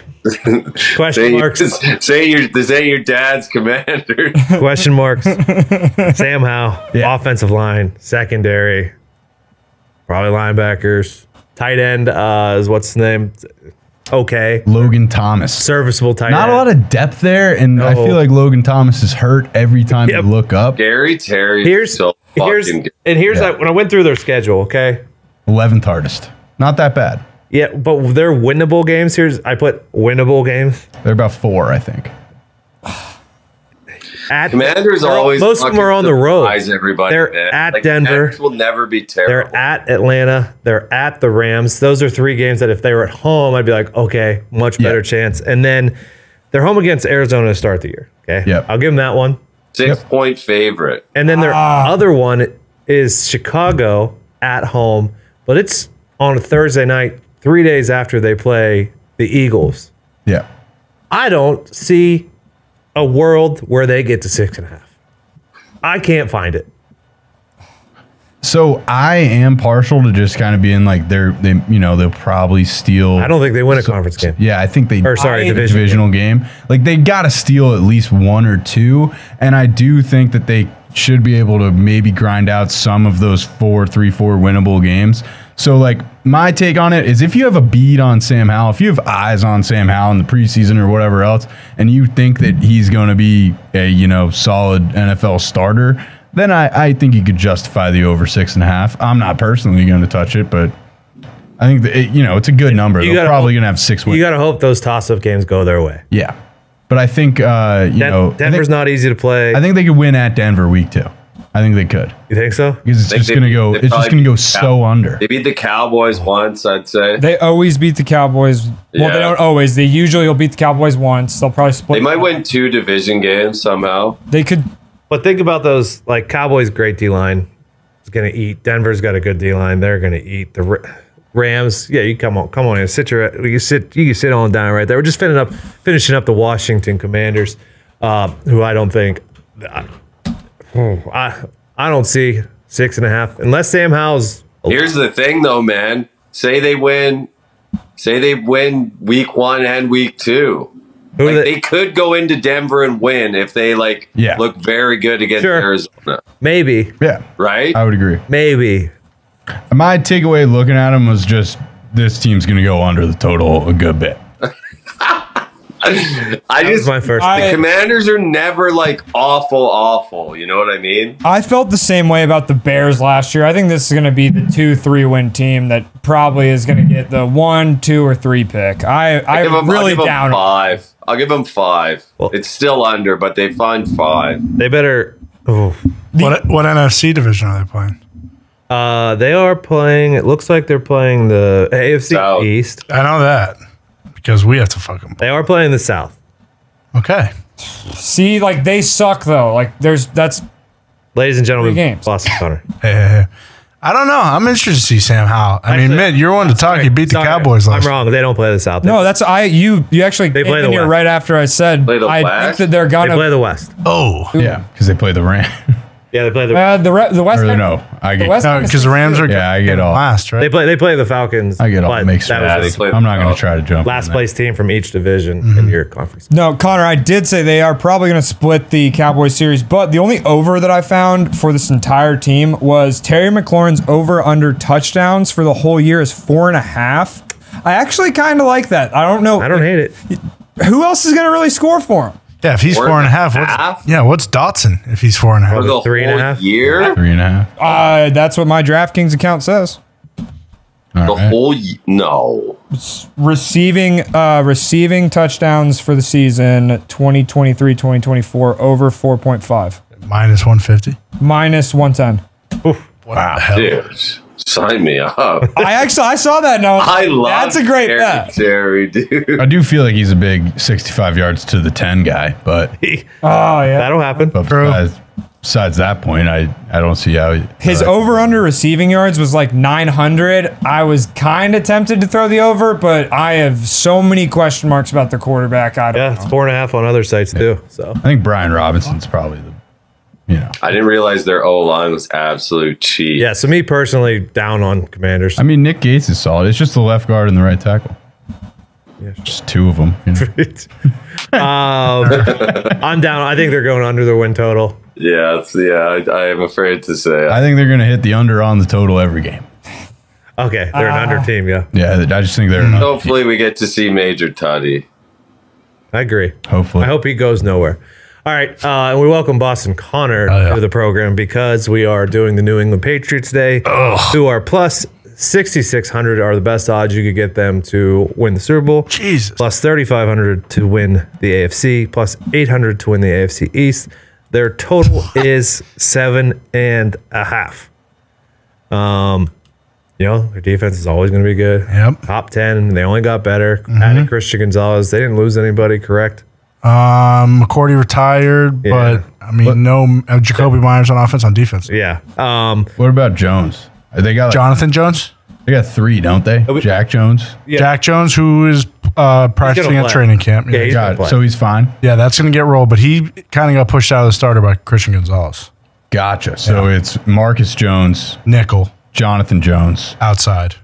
[SPEAKER 1] question
[SPEAKER 2] [LAUGHS] Say,
[SPEAKER 1] marks.
[SPEAKER 2] say your this ain't your dad's
[SPEAKER 1] [LAUGHS]
[SPEAKER 2] commander.
[SPEAKER 1] Question
[SPEAKER 3] [LAUGHS]
[SPEAKER 1] marks. Sam Howe,
[SPEAKER 3] Yeah.
[SPEAKER 1] offensive line, secondary, probably linebackers, tight end uh, is what's his name. Okay,
[SPEAKER 3] Logan Thomas.
[SPEAKER 1] serviceable tight
[SPEAKER 3] Not
[SPEAKER 1] end.
[SPEAKER 3] a lot of depth there, and I
[SPEAKER 1] No.
[SPEAKER 3] feel like Logan Thomas is hurt every time
[SPEAKER 1] Yep.
[SPEAKER 3] you look up.
[SPEAKER 2] Gary Terry
[SPEAKER 1] Here's
[SPEAKER 2] so fucking
[SPEAKER 1] here's
[SPEAKER 2] good.
[SPEAKER 1] and here's
[SPEAKER 3] Yeah.
[SPEAKER 1] that when I went through their schedule. Okay,
[SPEAKER 3] Eleventh hardest. Not that bad.
[SPEAKER 1] yeah, but their winnable games. Here's I put winnable games
[SPEAKER 3] They're about four, I think.
[SPEAKER 1] at
[SPEAKER 2] Commanders
[SPEAKER 1] they're-
[SPEAKER 2] always
[SPEAKER 1] most of them
[SPEAKER 2] fucking
[SPEAKER 1] are on the road.
[SPEAKER 2] surprise Everybody,
[SPEAKER 1] They're
[SPEAKER 2] man.
[SPEAKER 1] at
[SPEAKER 2] Like,
[SPEAKER 1] Denver.
[SPEAKER 2] Max will never be terrible.
[SPEAKER 1] They're at Atlanta. They're at the Rams. Those are three games that if they were at home, I'd be like, okay, much better
[SPEAKER 3] Yeah.
[SPEAKER 1] chance. And then they're home against Arizona to start the year. Okay.
[SPEAKER 3] Yep.
[SPEAKER 1] I'll give them that one.
[SPEAKER 2] Six point favorite.
[SPEAKER 1] And then their other one is Chicago at home, but it's on a Thursday night, three days after they play the Eagles.
[SPEAKER 3] Yeah.
[SPEAKER 1] I don't see a world where they get to six and a half. I can't find it.
[SPEAKER 3] So I am partial to just kind of being like they're they you know they'll probably steal.
[SPEAKER 1] I don't think they win a conference game.
[SPEAKER 3] Yeah, I think they.
[SPEAKER 1] Or sorry,
[SPEAKER 4] I-
[SPEAKER 1] division.
[SPEAKER 3] divisional game. Like they got to steal at least one or two, and I do think that they should be able to maybe grind out some of those four, three, four winnable games. So like my take on it is if you have a bead on Sam Howell, if you have eyes on Sam Howell in the preseason or whatever else, and you think that he's going to be a you know solid NFL starter, then I, I think you could justify the over six and a half. I'm not personally going to touch it, but. I think that it, you know it's a good number. They're
[SPEAKER 1] gotta
[SPEAKER 3] probably
[SPEAKER 1] hope-
[SPEAKER 3] going to have six wins.
[SPEAKER 1] You got to hope those toss up games go their way.
[SPEAKER 3] Yeah, but I think uh, you
[SPEAKER 1] Den-
[SPEAKER 3] know, I
[SPEAKER 1] Denver's
[SPEAKER 3] think,
[SPEAKER 1] not easy to play.
[SPEAKER 3] I think they could win at Denver week two. I think they could
[SPEAKER 1] you think so?
[SPEAKER 3] because it's
[SPEAKER 2] They-
[SPEAKER 3] just
[SPEAKER 2] they-
[SPEAKER 3] gonna go.
[SPEAKER 2] they
[SPEAKER 3] It's just
[SPEAKER 2] probably
[SPEAKER 3] gonna go
[SPEAKER 2] beat the
[SPEAKER 3] so
[SPEAKER 2] Cow-
[SPEAKER 3] under.
[SPEAKER 2] They beat the Cowboys once, I'd say. They,
[SPEAKER 4] They always beat the Cowboys. Well,
[SPEAKER 2] Yeah.
[SPEAKER 4] they don't always. They usually will beat the Cowboys once. They'll probably split.
[SPEAKER 2] might win two division games somehow.
[SPEAKER 4] They could.
[SPEAKER 1] But think about those like Cowboys great D line is going to eat. Denver's got a good D line. They're going to eat the Ra- Rams. Yeah, you come on, come on in. Sit your you sit you can sit on down right there. We're just finishing up finishing up the Washington Commanders, uh, who I don't think I, I I don't see six and a half unless Sam Howell's
[SPEAKER 2] Here's the thing, though, man. Say they win. Say they win week one and week two.
[SPEAKER 1] who
[SPEAKER 2] Like,
[SPEAKER 1] the-
[SPEAKER 2] they could go into Denver and win if they like
[SPEAKER 3] Yeah.
[SPEAKER 2] look very good against
[SPEAKER 1] Sure.
[SPEAKER 2] Arizona,
[SPEAKER 1] maybe
[SPEAKER 3] yeah,
[SPEAKER 2] right?
[SPEAKER 3] I would agree.
[SPEAKER 1] maybe
[SPEAKER 3] My takeaway looking at them was just this team's gonna go under the total a good bit.
[SPEAKER 2] [LAUGHS] I
[SPEAKER 1] That was
[SPEAKER 2] just
[SPEAKER 1] my first.
[SPEAKER 4] I-
[SPEAKER 1] pick.
[SPEAKER 2] Commanders are never like awful, awful. You know what I mean?
[SPEAKER 4] I felt the same way about the Bears last year. I think this is going to be the two, three win team that probably is going to get the one, two, or three pick. I, I
[SPEAKER 2] Give 'em-
[SPEAKER 4] am
[SPEAKER 2] I'll
[SPEAKER 4] really
[SPEAKER 2] give 'em
[SPEAKER 4] down.
[SPEAKER 2] five. I'll give them five.
[SPEAKER 1] Well-
[SPEAKER 2] it's still under, but they find five.
[SPEAKER 1] They better. Oh,
[SPEAKER 5] What what NFC division are they playing?
[SPEAKER 1] uh, they are playing. It looks like they're playing the AFC
[SPEAKER 2] South.
[SPEAKER 1] East.
[SPEAKER 5] I know that because we have to fuck them.
[SPEAKER 1] They are playing the South.
[SPEAKER 5] Okay.
[SPEAKER 4] See, like they suck though. Like there's that's
[SPEAKER 1] Ladies and gentlemen,
[SPEAKER 4] Three games.
[SPEAKER 1] Boston Connor.
[SPEAKER 5] Hey, hey, hey. I don't know. I'm interested to see Sam Howell. I mean,
[SPEAKER 1] Actually-
[SPEAKER 5] Mitt, you're one to talk. You beat the
[SPEAKER 1] Sorry,
[SPEAKER 5] Cowboys last.
[SPEAKER 1] I'm wrong. They don't play the South.
[SPEAKER 4] no, that's I you you actually
[SPEAKER 1] They play
[SPEAKER 4] came
[SPEAKER 1] the
[SPEAKER 4] in here
[SPEAKER 1] West.
[SPEAKER 4] right after I said
[SPEAKER 2] Play the
[SPEAKER 4] I
[SPEAKER 2] West?
[SPEAKER 4] think that they're
[SPEAKER 1] They
[SPEAKER 4] gonna
[SPEAKER 1] play the West.
[SPEAKER 5] Oh,
[SPEAKER 3] Yeah, because they play the Rams.
[SPEAKER 1] Yeah, they play the.
[SPEAKER 4] uh, the re- the West
[SPEAKER 3] [LAUGHS] or
[SPEAKER 4] End-
[SPEAKER 3] no, I get.
[SPEAKER 4] West-
[SPEAKER 5] no, because the Rams are
[SPEAKER 3] Yeah, I get all.
[SPEAKER 5] last, right?
[SPEAKER 1] They play. They play the Falcons.
[SPEAKER 3] I get all
[SPEAKER 1] but
[SPEAKER 3] mixed. Mm-hmm.
[SPEAKER 1] That was
[SPEAKER 3] with that.
[SPEAKER 1] just
[SPEAKER 2] play the
[SPEAKER 3] I'm not going
[SPEAKER 2] South.
[SPEAKER 3] to try to jump.
[SPEAKER 1] last
[SPEAKER 3] on that.
[SPEAKER 1] place team from each division
[SPEAKER 3] Mm-hmm.
[SPEAKER 1] in your conference.
[SPEAKER 4] No, Connor, I did say they are probably going to split the Cowboys series, but the only over that I found for this entire team was Terry McLaurin's over under touchdowns for the whole year is four and a half. I actually kind of like that. I don't know
[SPEAKER 1] I don't hate it.
[SPEAKER 4] who else is going to really score for him.
[SPEAKER 5] yeah, if he's
[SPEAKER 2] Four
[SPEAKER 5] four and
[SPEAKER 2] and
[SPEAKER 5] a half,
[SPEAKER 2] a
[SPEAKER 5] what's,
[SPEAKER 2] half?
[SPEAKER 5] yeah, what's Dotson if he's four and a half?
[SPEAKER 2] For the
[SPEAKER 1] Three and
[SPEAKER 2] whole
[SPEAKER 1] a half?
[SPEAKER 2] year,
[SPEAKER 3] Three and a half.
[SPEAKER 4] Uh, that's what my DraftKings account says.
[SPEAKER 2] the
[SPEAKER 3] All right.
[SPEAKER 2] whole y- no.
[SPEAKER 4] Receiving uh, receiving touchdowns for the season 2023-2024 over 4.5.
[SPEAKER 5] Minus 150.
[SPEAKER 4] Minus 110.
[SPEAKER 5] What the hell?
[SPEAKER 2] Dude, sign me up.
[SPEAKER 4] I actually I saw that and I was
[SPEAKER 2] I
[SPEAKER 4] like,
[SPEAKER 2] love
[SPEAKER 4] That's a great
[SPEAKER 2] Terry,
[SPEAKER 4] bet.
[SPEAKER 2] Terry, dude.
[SPEAKER 3] I do feel like he's a big 65 yards to the 10 guy, but
[SPEAKER 4] Oh yeah.
[SPEAKER 1] That'll happen.
[SPEAKER 3] but
[SPEAKER 5] True.
[SPEAKER 3] besides, besides that point, I, I don't see how
[SPEAKER 4] His
[SPEAKER 3] uh,
[SPEAKER 4] over under receiving yards was like 900. I was kind of tempted to throw the over, but I have so many question marks about the quarterback. I don't
[SPEAKER 1] Yeah, it's four and a half on other sites too. So
[SPEAKER 3] I think Brian Robinson's probably the you know.
[SPEAKER 2] I didn't realize their O line was absolute cheat.
[SPEAKER 1] yeah, so me personally, down on Commanders. [LAUGHS]
[SPEAKER 3] I mean, Nick Gates is solid. It's just the left guard and the right tackle. Just two of them. you know.
[SPEAKER 5] [LAUGHS]
[SPEAKER 1] Um, I'm down. I think they're going under their win total.
[SPEAKER 2] yeah, it's- yeah. I, I am afraid to say.
[SPEAKER 3] I think they're going to hit the under on the total every game.
[SPEAKER 1] Okay, they're an
[SPEAKER 4] Uh,
[SPEAKER 1] under team. Yeah,
[SPEAKER 3] Yeah, I just think they're
[SPEAKER 5] Mm-hmm.
[SPEAKER 3] not.
[SPEAKER 2] Hopefully, we get to see Major Tutty.
[SPEAKER 1] I agree.
[SPEAKER 3] Hopefully.
[SPEAKER 1] I hope he goes nowhere. All right, uh, and we welcome Boston Connor
[SPEAKER 5] Oh, yeah.
[SPEAKER 1] to the program because we are doing the New England Patriots Day, who are plus 6,600 are the best odds you could get them to win the Super Bowl.
[SPEAKER 5] Jesus.
[SPEAKER 1] plus 3500 to win the AFC, plus 800 to win the AFC East. Their total is seven and a half. Um, you know, their defense is always going to be good.
[SPEAKER 5] Yep.
[SPEAKER 1] Top 10. They only got better. Added Christian Gonzalez. They didn't lose anybody, correct?
[SPEAKER 5] Um, McCourty retired,
[SPEAKER 1] Yeah.
[SPEAKER 5] but I mean, no uh, Jacoby Myers on offense, on defense.
[SPEAKER 1] Yeah. Um,
[SPEAKER 3] What about Jones? They got like,
[SPEAKER 5] Jonathan Jones,
[SPEAKER 3] they got three, don't they?
[SPEAKER 5] Oh,
[SPEAKER 3] Jack Jones.
[SPEAKER 1] Yeah.
[SPEAKER 5] Jack Jones, who is uh, practicing at
[SPEAKER 1] play.
[SPEAKER 5] training camp.
[SPEAKER 1] Yeah, he's-
[SPEAKER 3] God,
[SPEAKER 1] play.
[SPEAKER 3] so he's fine.
[SPEAKER 5] Yeah, that's going to get rolled, but he kind of got pushed out of the starter by Christian Gonzalez.
[SPEAKER 3] Gotcha. So it's Marcus Jones,
[SPEAKER 5] Nickel
[SPEAKER 3] Jonathan Jones.
[SPEAKER 5] outside.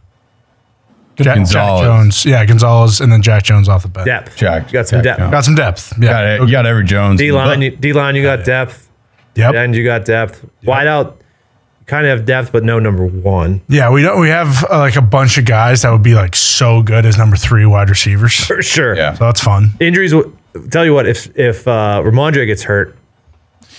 [SPEAKER 5] Ja- Jack,
[SPEAKER 3] Gonzalez.
[SPEAKER 5] Jones. Yeah, Gonzalez, and then Jack Jones off the bench.
[SPEAKER 1] depth.
[SPEAKER 3] Jack-
[SPEAKER 1] You got some
[SPEAKER 3] Jack
[SPEAKER 1] depth.
[SPEAKER 5] Got some depth. Yeah.
[SPEAKER 3] Got it. You got every Jones.
[SPEAKER 1] D line, you, D line, you got depth.
[SPEAKER 5] Yep.
[SPEAKER 1] End, you got depth. Wide out, kind of have depth, but no number one [LAUGHS]
[SPEAKER 5] Yeah, we don't. We have uh, like a bunch of guys that would be like so good as number three wide receivers. So
[SPEAKER 1] for sure.
[SPEAKER 3] Yeah.
[SPEAKER 5] that's fun.
[SPEAKER 1] Injuries. w- Tell you what, if if uh, Ramondre gets hurt,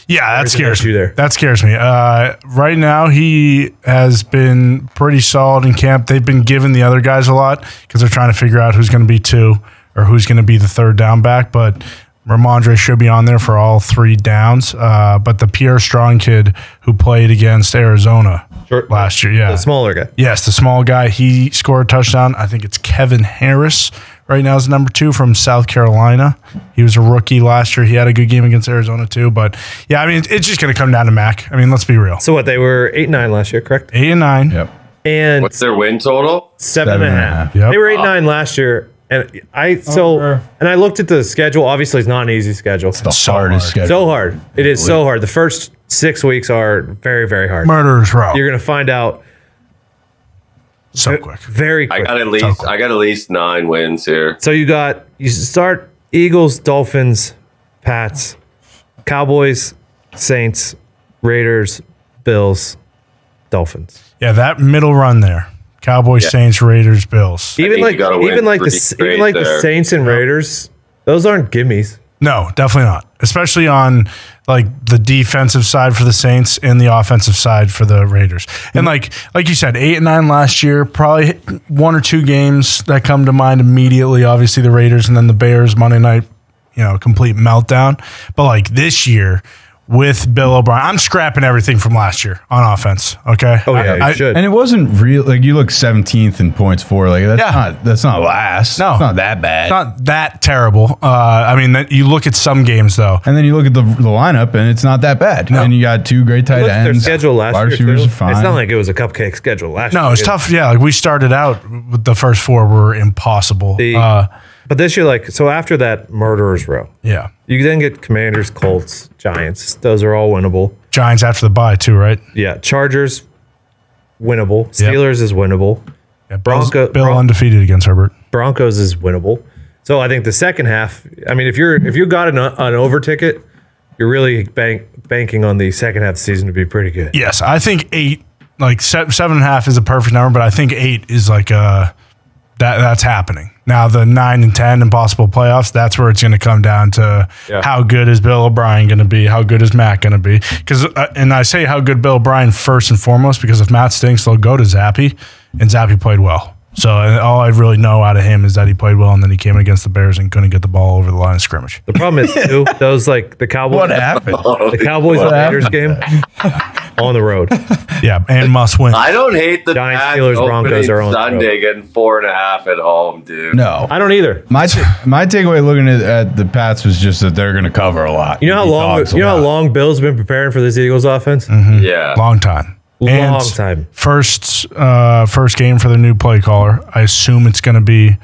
[SPEAKER 5] Yeah, that
[SPEAKER 1] There's an
[SPEAKER 5] scares
[SPEAKER 1] issue
[SPEAKER 5] me.
[SPEAKER 1] there.
[SPEAKER 5] That scares me. Uh, right now, he has been pretty solid in camp. They've been giving the other guys a lot because they're trying to figure out who's going to be two or who's going to be the third down back. But Ramondre should be on there for all three downs. Uh, but the Pierre Strong kid who played against Arizona
[SPEAKER 1] Short-
[SPEAKER 5] last year, yeah,
[SPEAKER 1] the smaller guy.
[SPEAKER 5] Yes, the small guy. He scored a touchdown. I think it's Kevin Harris right now is number two from South Carolina. He was a rookie last year. He had a good game against Arizona too. But yeah, I mean, it's just going to come down to Mac. I mean, let's be real.
[SPEAKER 1] So what they were eight nine last year, correct?
[SPEAKER 5] Eight and nine.
[SPEAKER 3] Yep.
[SPEAKER 1] And
[SPEAKER 2] What's their win total?
[SPEAKER 1] seven and a half.
[SPEAKER 5] Yep.
[SPEAKER 1] They were eight nine last year, and I so
[SPEAKER 4] Over.
[SPEAKER 1] and I looked at the schedule. Obviously, it's not an easy schedule.
[SPEAKER 3] The
[SPEAKER 5] So
[SPEAKER 3] hardest
[SPEAKER 5] hard.
[SPEAKER 3] schedule.
[SPEAKER 1] so hard. It is so hard. The first six weeks are very very hard.
[SPEAKER 5] Murderers row.
[SPEAKER 1] You're gonna find out
[SPEAKER 5] so quick.
[SPEAKER 1] very
[SPEAKER 2] I
[SPEAKER 1] quick.
[SPEAKER 2] got at least. I got at least nine wins here.
[SPEAKER 1] So you got you start Eagles, Dolphins, Pats, Cowboys, Saints, Raiders, Bills, Dolphins.
[SPEAKER 5] Yeah, that middle run there. Cowboys, Saints, Raiders, Bills.
[SPEAKER 1] even
[SPEAKER 2] think
[SPEAKER 1] like
[SPEAKER 2] you gotta win
[SPEAKER 1] even like
[SPEAKER 2] three
[SPEAKER 1] the even
[SPEAKER 2] straight
[SPEAKER 1] like the
[SPEAKER 2] there.
[SPEAKER 1] Saints and Raiders Those aren't gimmies.
[SPEAKER 5] No, definitely not. Especially on like the defensive side for the Saints and the offensive side for the Raiders. And like like you said, eight and nine last year, probably one or two games that come to mind immediately. Obviously the Raiders and then the Bears Monday night, you know, complete meltdown. But like this year with Bill O'Brien, I'm scrapping everything from last year on offense. Okay.
[SPEAKER 1] Oh yeah, you
[SPEAKER 5] I, I-
[SPEAKER 1] should.
[SPEAKER 3] And it wasn't real. Like you look 17th in points for. Like that's
[SPEAKER 5] Yeah.
[SPEAKER 3] not that's not last.
[SPEAKER 5] No.
[SPEAKER 3] it's not that bad.
[SPEAKER 5] it's not that terrible. Uh, I mean, that, you look at some games though.
[SPEAKER 3] and then you look at the, the lineup, and it's not that bad. And you got two great tight
[SPEAKER 1] Look at their
[SPEAKER 3] ends.
[SPEAKER 1] schedule last
[SPEAKER 3] Wide
[SPEAKER 1] year.
[SPEAKER 3] receivers
[SPEAKER 1] too.
[SPEAKER 3] are fine.
[SPEAKER 1] It's not like it was a cupcake schedule last year.
[SPEAKER 5] No, it's
[SPEAKER 1] either.
[SPEAKER 5] tough. Yeah, like we started out with the first four were impossible.
[SPEAKER 1] The-
[SPEAKER 5] uh,
[SPEAKER 1] But this year, like, so after that murderers row,
[SPEAKER 5] yeah,
[SPEAKER 1] you then get Commanders, Colts, Giants. Those are all winnable.
[SPEAKER 5] Giants after the bye too, right?
[SPEAKER 1] Yeah, Chargers, winnable. Steelers is winnable.
[SPEAKER 5] Yeah, Bill's-
[SPEAKER 1] Bronco-
[SPEAKER 5] Bill
[SPEAKER 1] Bron-
[SPEAKER 5] undefeated against Herbert.
[SPEAKER 1] Broncos is winnable. So I think the second half. I mean, if you're if you got an, an over ticket, you're really bank, banking on the second half of the season to be pretty good.
[SPEAKER 5] Yes, I think eight, like se- seven and a half, is a perfect number, but I think eight is like uh that that's happening now. The nine and ten and possible playoffs, that's where it's going to come down to
[SPEAKER 1] Yeah.
[SPEAKER 5] how good is Bill O'Brien going to be, how good is Matt going to be? Because uh, and I say how good Bill O'Brien first and foremost because if Matt stinks, they'll go to Zappy, and Zappy played well. So and all I really know out of him is that he played well, and then he came against the Bears and couldn't get the ball over the line of scrimmage.
[SPEAKER 1] The problem is too
[SPEAKER 3] [LAUGHS]
[SPEAKER 1] those like the Cowboys.
[SPEAKER 3] what happened?
[SPEAKER 1] The Cowboys and
[SPEAKER 3] What
[SPEAKER 1] Raiders game on the road.
[SPEAKER 5] Yeah, and must win.
[SPEAKER 2] I don't hate the
[SPEAKER 1] Giants,
[SPEAKER 2] Pats
[SPEAKER 1] Steelers,
[SPEAKER 2] opening
[SPEAKER 1] Broncos are on the
[SPEAKER 2] Sunday getting four and a half at home, dude.
[SPEAKER 3] No,
[SPEAKER 1] I don't either.
[SPEAKER 3] my ta- my takeaway looking at, at the Pats was just that they're going to cover a lot.
[SPEAKER 1] You know how
[SPEAKER 3] Beat
[SPEAKER 1] long
[SPEAKER 3] dogs Mm-hmm. a
[SPEAKER 1] you know how
[SPEAKER 3] lot.
[SPEAKER 1] long Bill's been preparing for this Eagles offense?
[SPEAKER 2] Yeah.
[SPEAKER 5] Long time.
[SPEAKER 1] Long time.
[SPEAKER 5] First, uh, first game for the new play caller. I assume it's going to be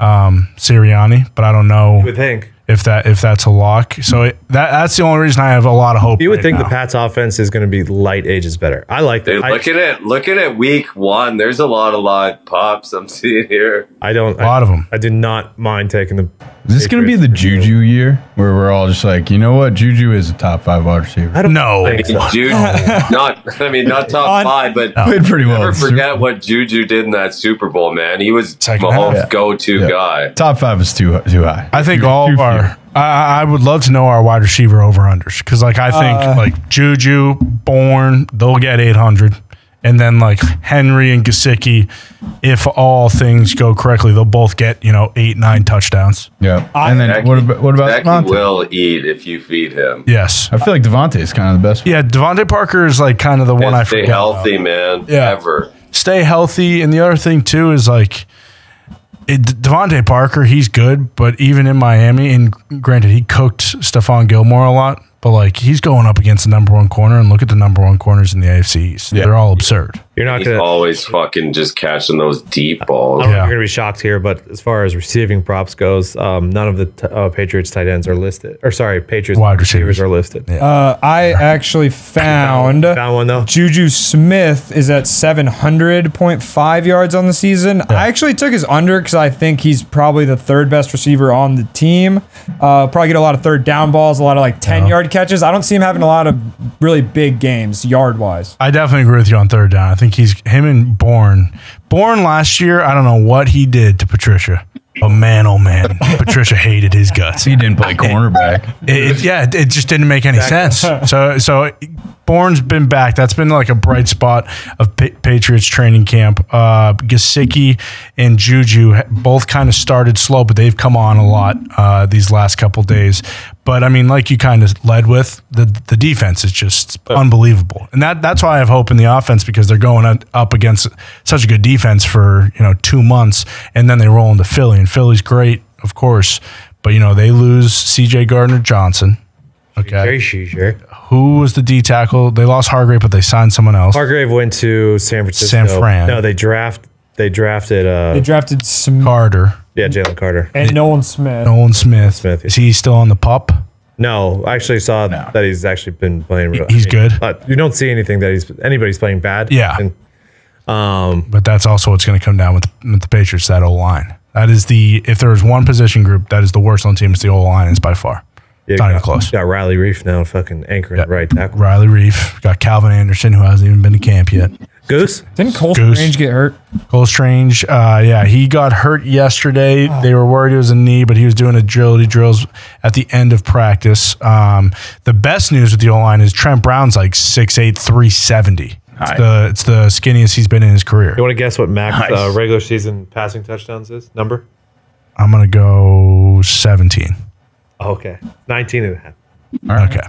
[SPEAKER 5] um, Sirianni, but I don't know
[SPEAKER 1] You would think.
[SPEAKER 5] if that if that's a lock. So it, that that's the only reason I have a lot of hope.
[SPEAKER 1] You would
[SPEAKER 5] right
[SPEAKER 1] think the
[SPEAKER 5] now.
[SPEAKER 1] Pats offense is going to be light ages better. I like
[SPEAKER 2] Dude,
[SPEAKER 1] that. I,
[SPEAKER 2] look at it. Look at it. Week one. There's a lot of live pops I'm seeing here.
[SPEAKER 1] I don't.
[SPEAKER 5] a lot of them.
[SPEAKER 1] I do not mind taking the.
[SPEAKER 3] Is this going to be the
[SPEAKER 1] Patriots.
[SPEAKER 3] Juju year where we're all just like, you know what? Juju is a top five wide receiver.
[SPEAKER 5] No,
[SPEAKER 1] think so.
[SPEAKER 2] Juju, [LAUGHS] not. I mean, not top
[SPEAKER 4] On-
[SPEAKER 2] five, but
[SPEAKER 3] Oh. Played pretty well.
[SPEAKER 2] never
[SPEAKER 3] in the Super
[SPEAKER 2] forget what Juju did in that Super Bowl. Man, he was
[SPEAKER 5] Second
[SPEAKER 2] Mahomes'
[SPEAKER 5] half.
[SPEAKER 2] go-to
[SPEAKER 3] Yeah.
[SPEAKER 2] guy.
[SPEAKER 3] Top five is too too high.
[SPEAKER 5] I think all of
[SPEAKER 3] Too
[SPEAKER 5] our. I- I, I would love to know our wide receiver over unders because like I think like Juju, Bourne, they'll get eight hundred, and then like Henry and Gasicki, if all things go correctly, they'll both get you know eight nine touchdowns.
[SPEAKER 3] Yeah. and then what about what about
[SPEAKER 2] Becky
[SPEAKER 3] Devontae?
[SPEAKER 2] will eat if you feed him.
[SPEAKER 5] Yes.
[SPEAKER 3] I feel like Devontae is kind of the best.
[SPEAKER 5] Yeah, Devontae Parker is like kind of the one I
[SPEAKER 2] And
[SPEAKER 5] forget.
[SPEAKER 2] stay
[SPEAKER 5] about.
[SPEAKER 2] healthy, man.
[SPEAKER 5] Yeah.
[SPEAKER 2] Ever.
[SPEAKER 5] Stay healthy, and the other thing too is like it, Devontae Parker. He's good, but even in Miami, and granted, he cooked Stephon Gilmore a lot, but like he's going up against the number one corner, and look at the number one corners in the AFC East. They're all absurd.
[SPEAKER 1] You're not
[SPEAKER 2] He's
[SPEAKER 1] going to.
[SPEAKER 2] always fucking just catching those deep balls.
[SPEAKER 1] I don't know
[SPEAKER 5] Yeah.
[SPEAKER 1] if you're going to be shocked here, but as far as receiving props goes, um, none of the t- uh, Patriots tight ends are listed. Or sorry, Patriots
[SPEAKER 5] Wide receivers.
[SPEAKER 1] are listed.
[SPEAKER 4] Uh, I actually found
[SPEAKER 1] Found one though.
[SPEAKER 4] Juju Smith is at 700.5 yards on the season. I actually took his under because I think he's probably the third best receiver on the team. Uh, probably get a lot of third down balls, a lot of like 10 yard catches. I don't see him having a lot of really big games yard wise.
[SPEAKER 5] I definitely agree with you on third down. I think he's him and Bourne. Bourne last year, I don't know what he did to Patricia. But man, oh man, Patricia hated his guts.
[SPEAKER 3] He didn't play cornerback.
[SPEAKER 5] It, it- yeah, it, it just didn't make any sense. So, so Bourne's been back. That's been like a bright spot of pa- Patriots training camp. Uh, Gasicki and Juju ha- both kind of started slow, but they've come on a lot uh, these last couple days. But I mean, like you kind of led with the the defense is just unbelievable, and that that's why I have hope in the offense because they're going up- up against such a good defense for you know two months, and then they roll into Philly, and Philly's great, of course. But you know they lose C.J. Gardner Johnson.
[SPEAKER 1] Uh, Jerry
[SPEAKER 5] Okay,
[SPEAKER 1] Sheeger.
[SPEAKER 5] who was the D tackle? They lost Hargrave, but they signed someone else.
[SPEAKER 1] Hargrave went to San Francisco.
[SPEAKER 5] San Fran.
[SPEAKER 1] No, they draft. They drafted.
[SPEAKER 4] They
[SPEAKER 1] Uh,
[SPEAKER 4] drafted Smith
[SPEAKER 5] Carter,
[SPEAKER 1] yeah, Jalen Carter.
[SPEAKER 4] and Nolan Smith.
[SPEAKER 5] Nolan Smith.
[SPEAKER 1] Smith, yeah.
[SPEAKER 5] Is he still on the pup?
[SPEAKER 1] No, I actually saw that he's actually been playing. real-
[SPEAKER 5] he's good.
[SPEAKER 1] But you don't see anything that he's anybody's playing bad.
[SPEAKER 5] Yeah.
[SPEAKER 1] And
[SPEAKER 5] But that's also what's going to come down with, with the Patriots. That O line. That is the if there is one position group that is the worst on the team, it's the O line. It's by far.
[SPEAKER 1] yeah,
[SPEAKER 5] It's not
[SPEAKER 1] got-
[SPEAKER 5] even close.
[SPEAKER 1] Got Riley Reef now, fucking anchoring the right tackle.
[SPEAKER 5] Riley Reef got Calvin Anderson, who hasn't even been to camp yet.
[SPEAKER 1] Goose.
[SPEAKER 4] Didn't Cole
[SPEAKER 5] Goose.
[SPEAKER 4] Strange get hurt?
[SPEAKER 5] Cole Strange, uh, yeah, he got hurt yesterday. They were worried it was a knee, but he was doing agility drills at the end of practice. Um, the best news with the O line is Trent Brown's like 6'8, 370. It's
[SPEAKER 6] Aye.
[SPEAKER 5] the, it's the skinniest he's been in his career.
[SPEAKER 1] You want to guess what Mac's uh,
[SPEAKER 6] Nice.
[SPEAKER 1] regular season passing touchdowns is? Number?
[SPEAKER 5] I'm going to go 17.
[SPEAKER 1] Oh, okay. 19 and a half.
[SPEAKER 5] Okay.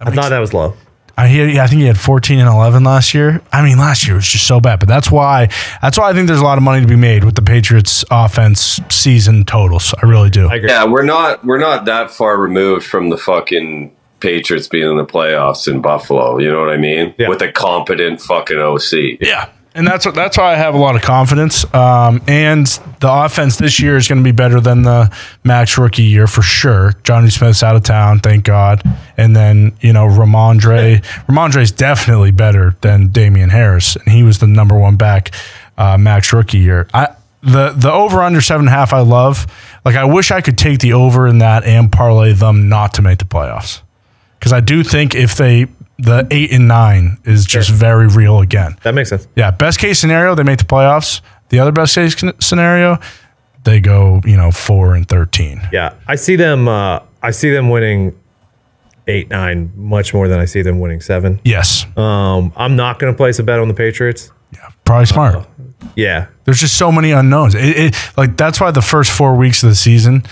[SPEAKER 1] I thought that was low.
[SPEAKER 5] I hear. I think he had 14 and 11 last year. I mean, last year was just so bad. But that's why. That's why I think there's a lot of money to be made with the Patriots' offense season totals. I really do.
[SPEAKER 1] I agree.
[SPEAKER 2] Yeah, we're not we're not that far removed from the fucking Patriots being in the playoffs in Buffalo. You know what I mean?
[SPEAKER 1] Yeah.
[SPEAKER 2] With a competent fucking OC.
[SPEAKER 5] Yeah, and that's what that's why I have a lot of confidence. Um, and the offense this year is going to be better than the Max rookie year for sure. Johnny Smith's out of town, thank God. And then you know Ramondre, Ramondre's definitely better than Damian Harris, and he was the number one back uh, Max rookie year. I the the over under seven and a half I love. Like I wish I could take the over in that and parlay them not to make the playoffs because I do think if they the eight and nine is just very real again.
[SPEAKER 1] That makes sense.
[SPEAKER 5] Yeah, best case scenario, they make the playoffs. The other best case con- scenario, they go, you know, four and 13.
[SPEAKER 1] Yeah. I see them uh, I see them winning eight, nine, much more than I see them winning seven.
[SPEAKER 5] Yes.
[SPEAKER 1] Um, I'm not gonna place a bet on the Patriots.
[SPEAKER 5] Probably smart.
[SPEAKER 1] Yeah.
[SPEAKER 5] There's just so many unknowns. It, it, like, that's why the first four weeks of the season,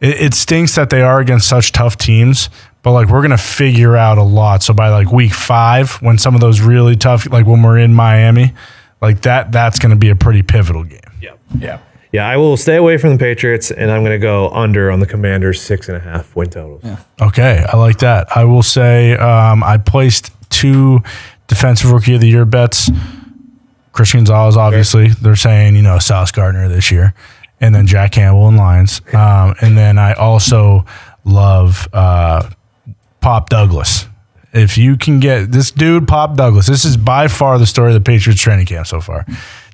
[SPEAKER 5] it, it stinks that they are against such tough teams. But like we're gonna figure out a lot. So by like week five, when some of those really tough, like when we're in Miami, like that, that's gonna be a pretty pivotal game.
[SPEAKER 6] Yeah.
[SPEAKER 1] Yeah, I will stay away from the Patriots and I'm gonna go under on the Commanders six and a half win totals.
[SPEAKER 5] Okay, I like that. I will say um, I placed two defensive rookie of the year bets. Christian Gonzalez, obviously, they're saying you know Sauce Gardner this year, and then Jack Campbell and Lions, um, and then I also love uh, Pop Douglas. If you can get this dude, Pop Douglas, this is by far the story of the Patriots training camp so far.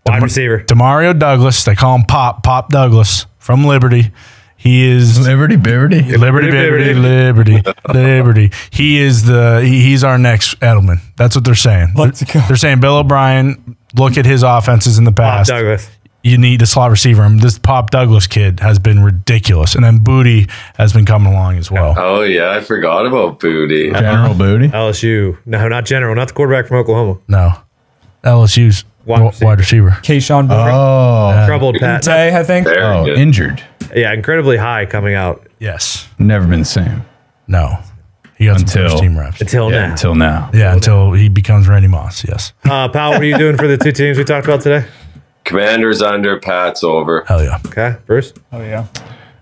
[SPEAKER 1] Wide receiver.
[SPEAKER 5] Demario Douglas, they call him Pop Pop Douglas from Liberty. He is
[SPEAKER 3] Liberty, Liberty.
[SPEAKER 5] Liberty, liberty, liberty, liberty. He is the he, he's our next Edelman. That's what they're saying. They're,
[SPEAKER 4] Let's go.
[SPEAKER 5] they're saying Bill O'Brien. Look at his offenses in the
[SPEAKER 1] Bob
[SPEAKER 5] past.
[SPEAKER 1] Douglas.
[SPEAKER 5] You need the slot receiver. And this Pop Douglas kid has been ridiculous, and then Booty has been coming along as well.
[SPEAKER 1] Uh-huh.
[SPEAKER 2] Oh yeah, I forgot about Booty.
[SPEAKER 3] General Booty.
[SPEAKER 1] LSU. No, not general, not the quarterback from Oklahoma.
[SPEAKER 5] No, LSU's
[SPEAKER 1] Wide
[SPEAKER 5] wide,
[SPEAKER 1] receiver.
[SPEAKER 5] wide receiver.
[SPEAKER 4] Kayshawn
[SPEAKER 1] Uh,
[SPEAKER 4] Boutte,
[SPEAKER 3] Oh,
[SPEAKER 1] Troubled Pat.
[SPEAKER 4] Tay, I think.
[SPEAKER 2] Very
[SPEAKER 3] oh,
[SPEAKER 2] good.
[SPEAKER 3] injured.
[SPEAKER 1] Yeah, incredibly high coming out
[SPEAKER 5] Yes.
[SPEAKER 3] Never been the same
[SPEAKER 5] No. He got
[SPEAKER 3] Until-
[SPEAKER 5] some first team reps.
[SPEAKER 1] until
[SPEAKER 3] Yeah,
[SPEAKER 1] now.
[SPEAKER 3] until now.
[SPEAKER 5] Yeah, until he becomes Randy Moss. Yes.
[SPEAKER 1] Uh, Powell, what are you doing for the two teams we talked about today?
[SPEAKER 2] Commanders under, Pats over.
[SPEAKER 5] Hell yeah.
[SPEAKER 1] Okay, Bruce.
[SPEAKER 4] Oh yeah.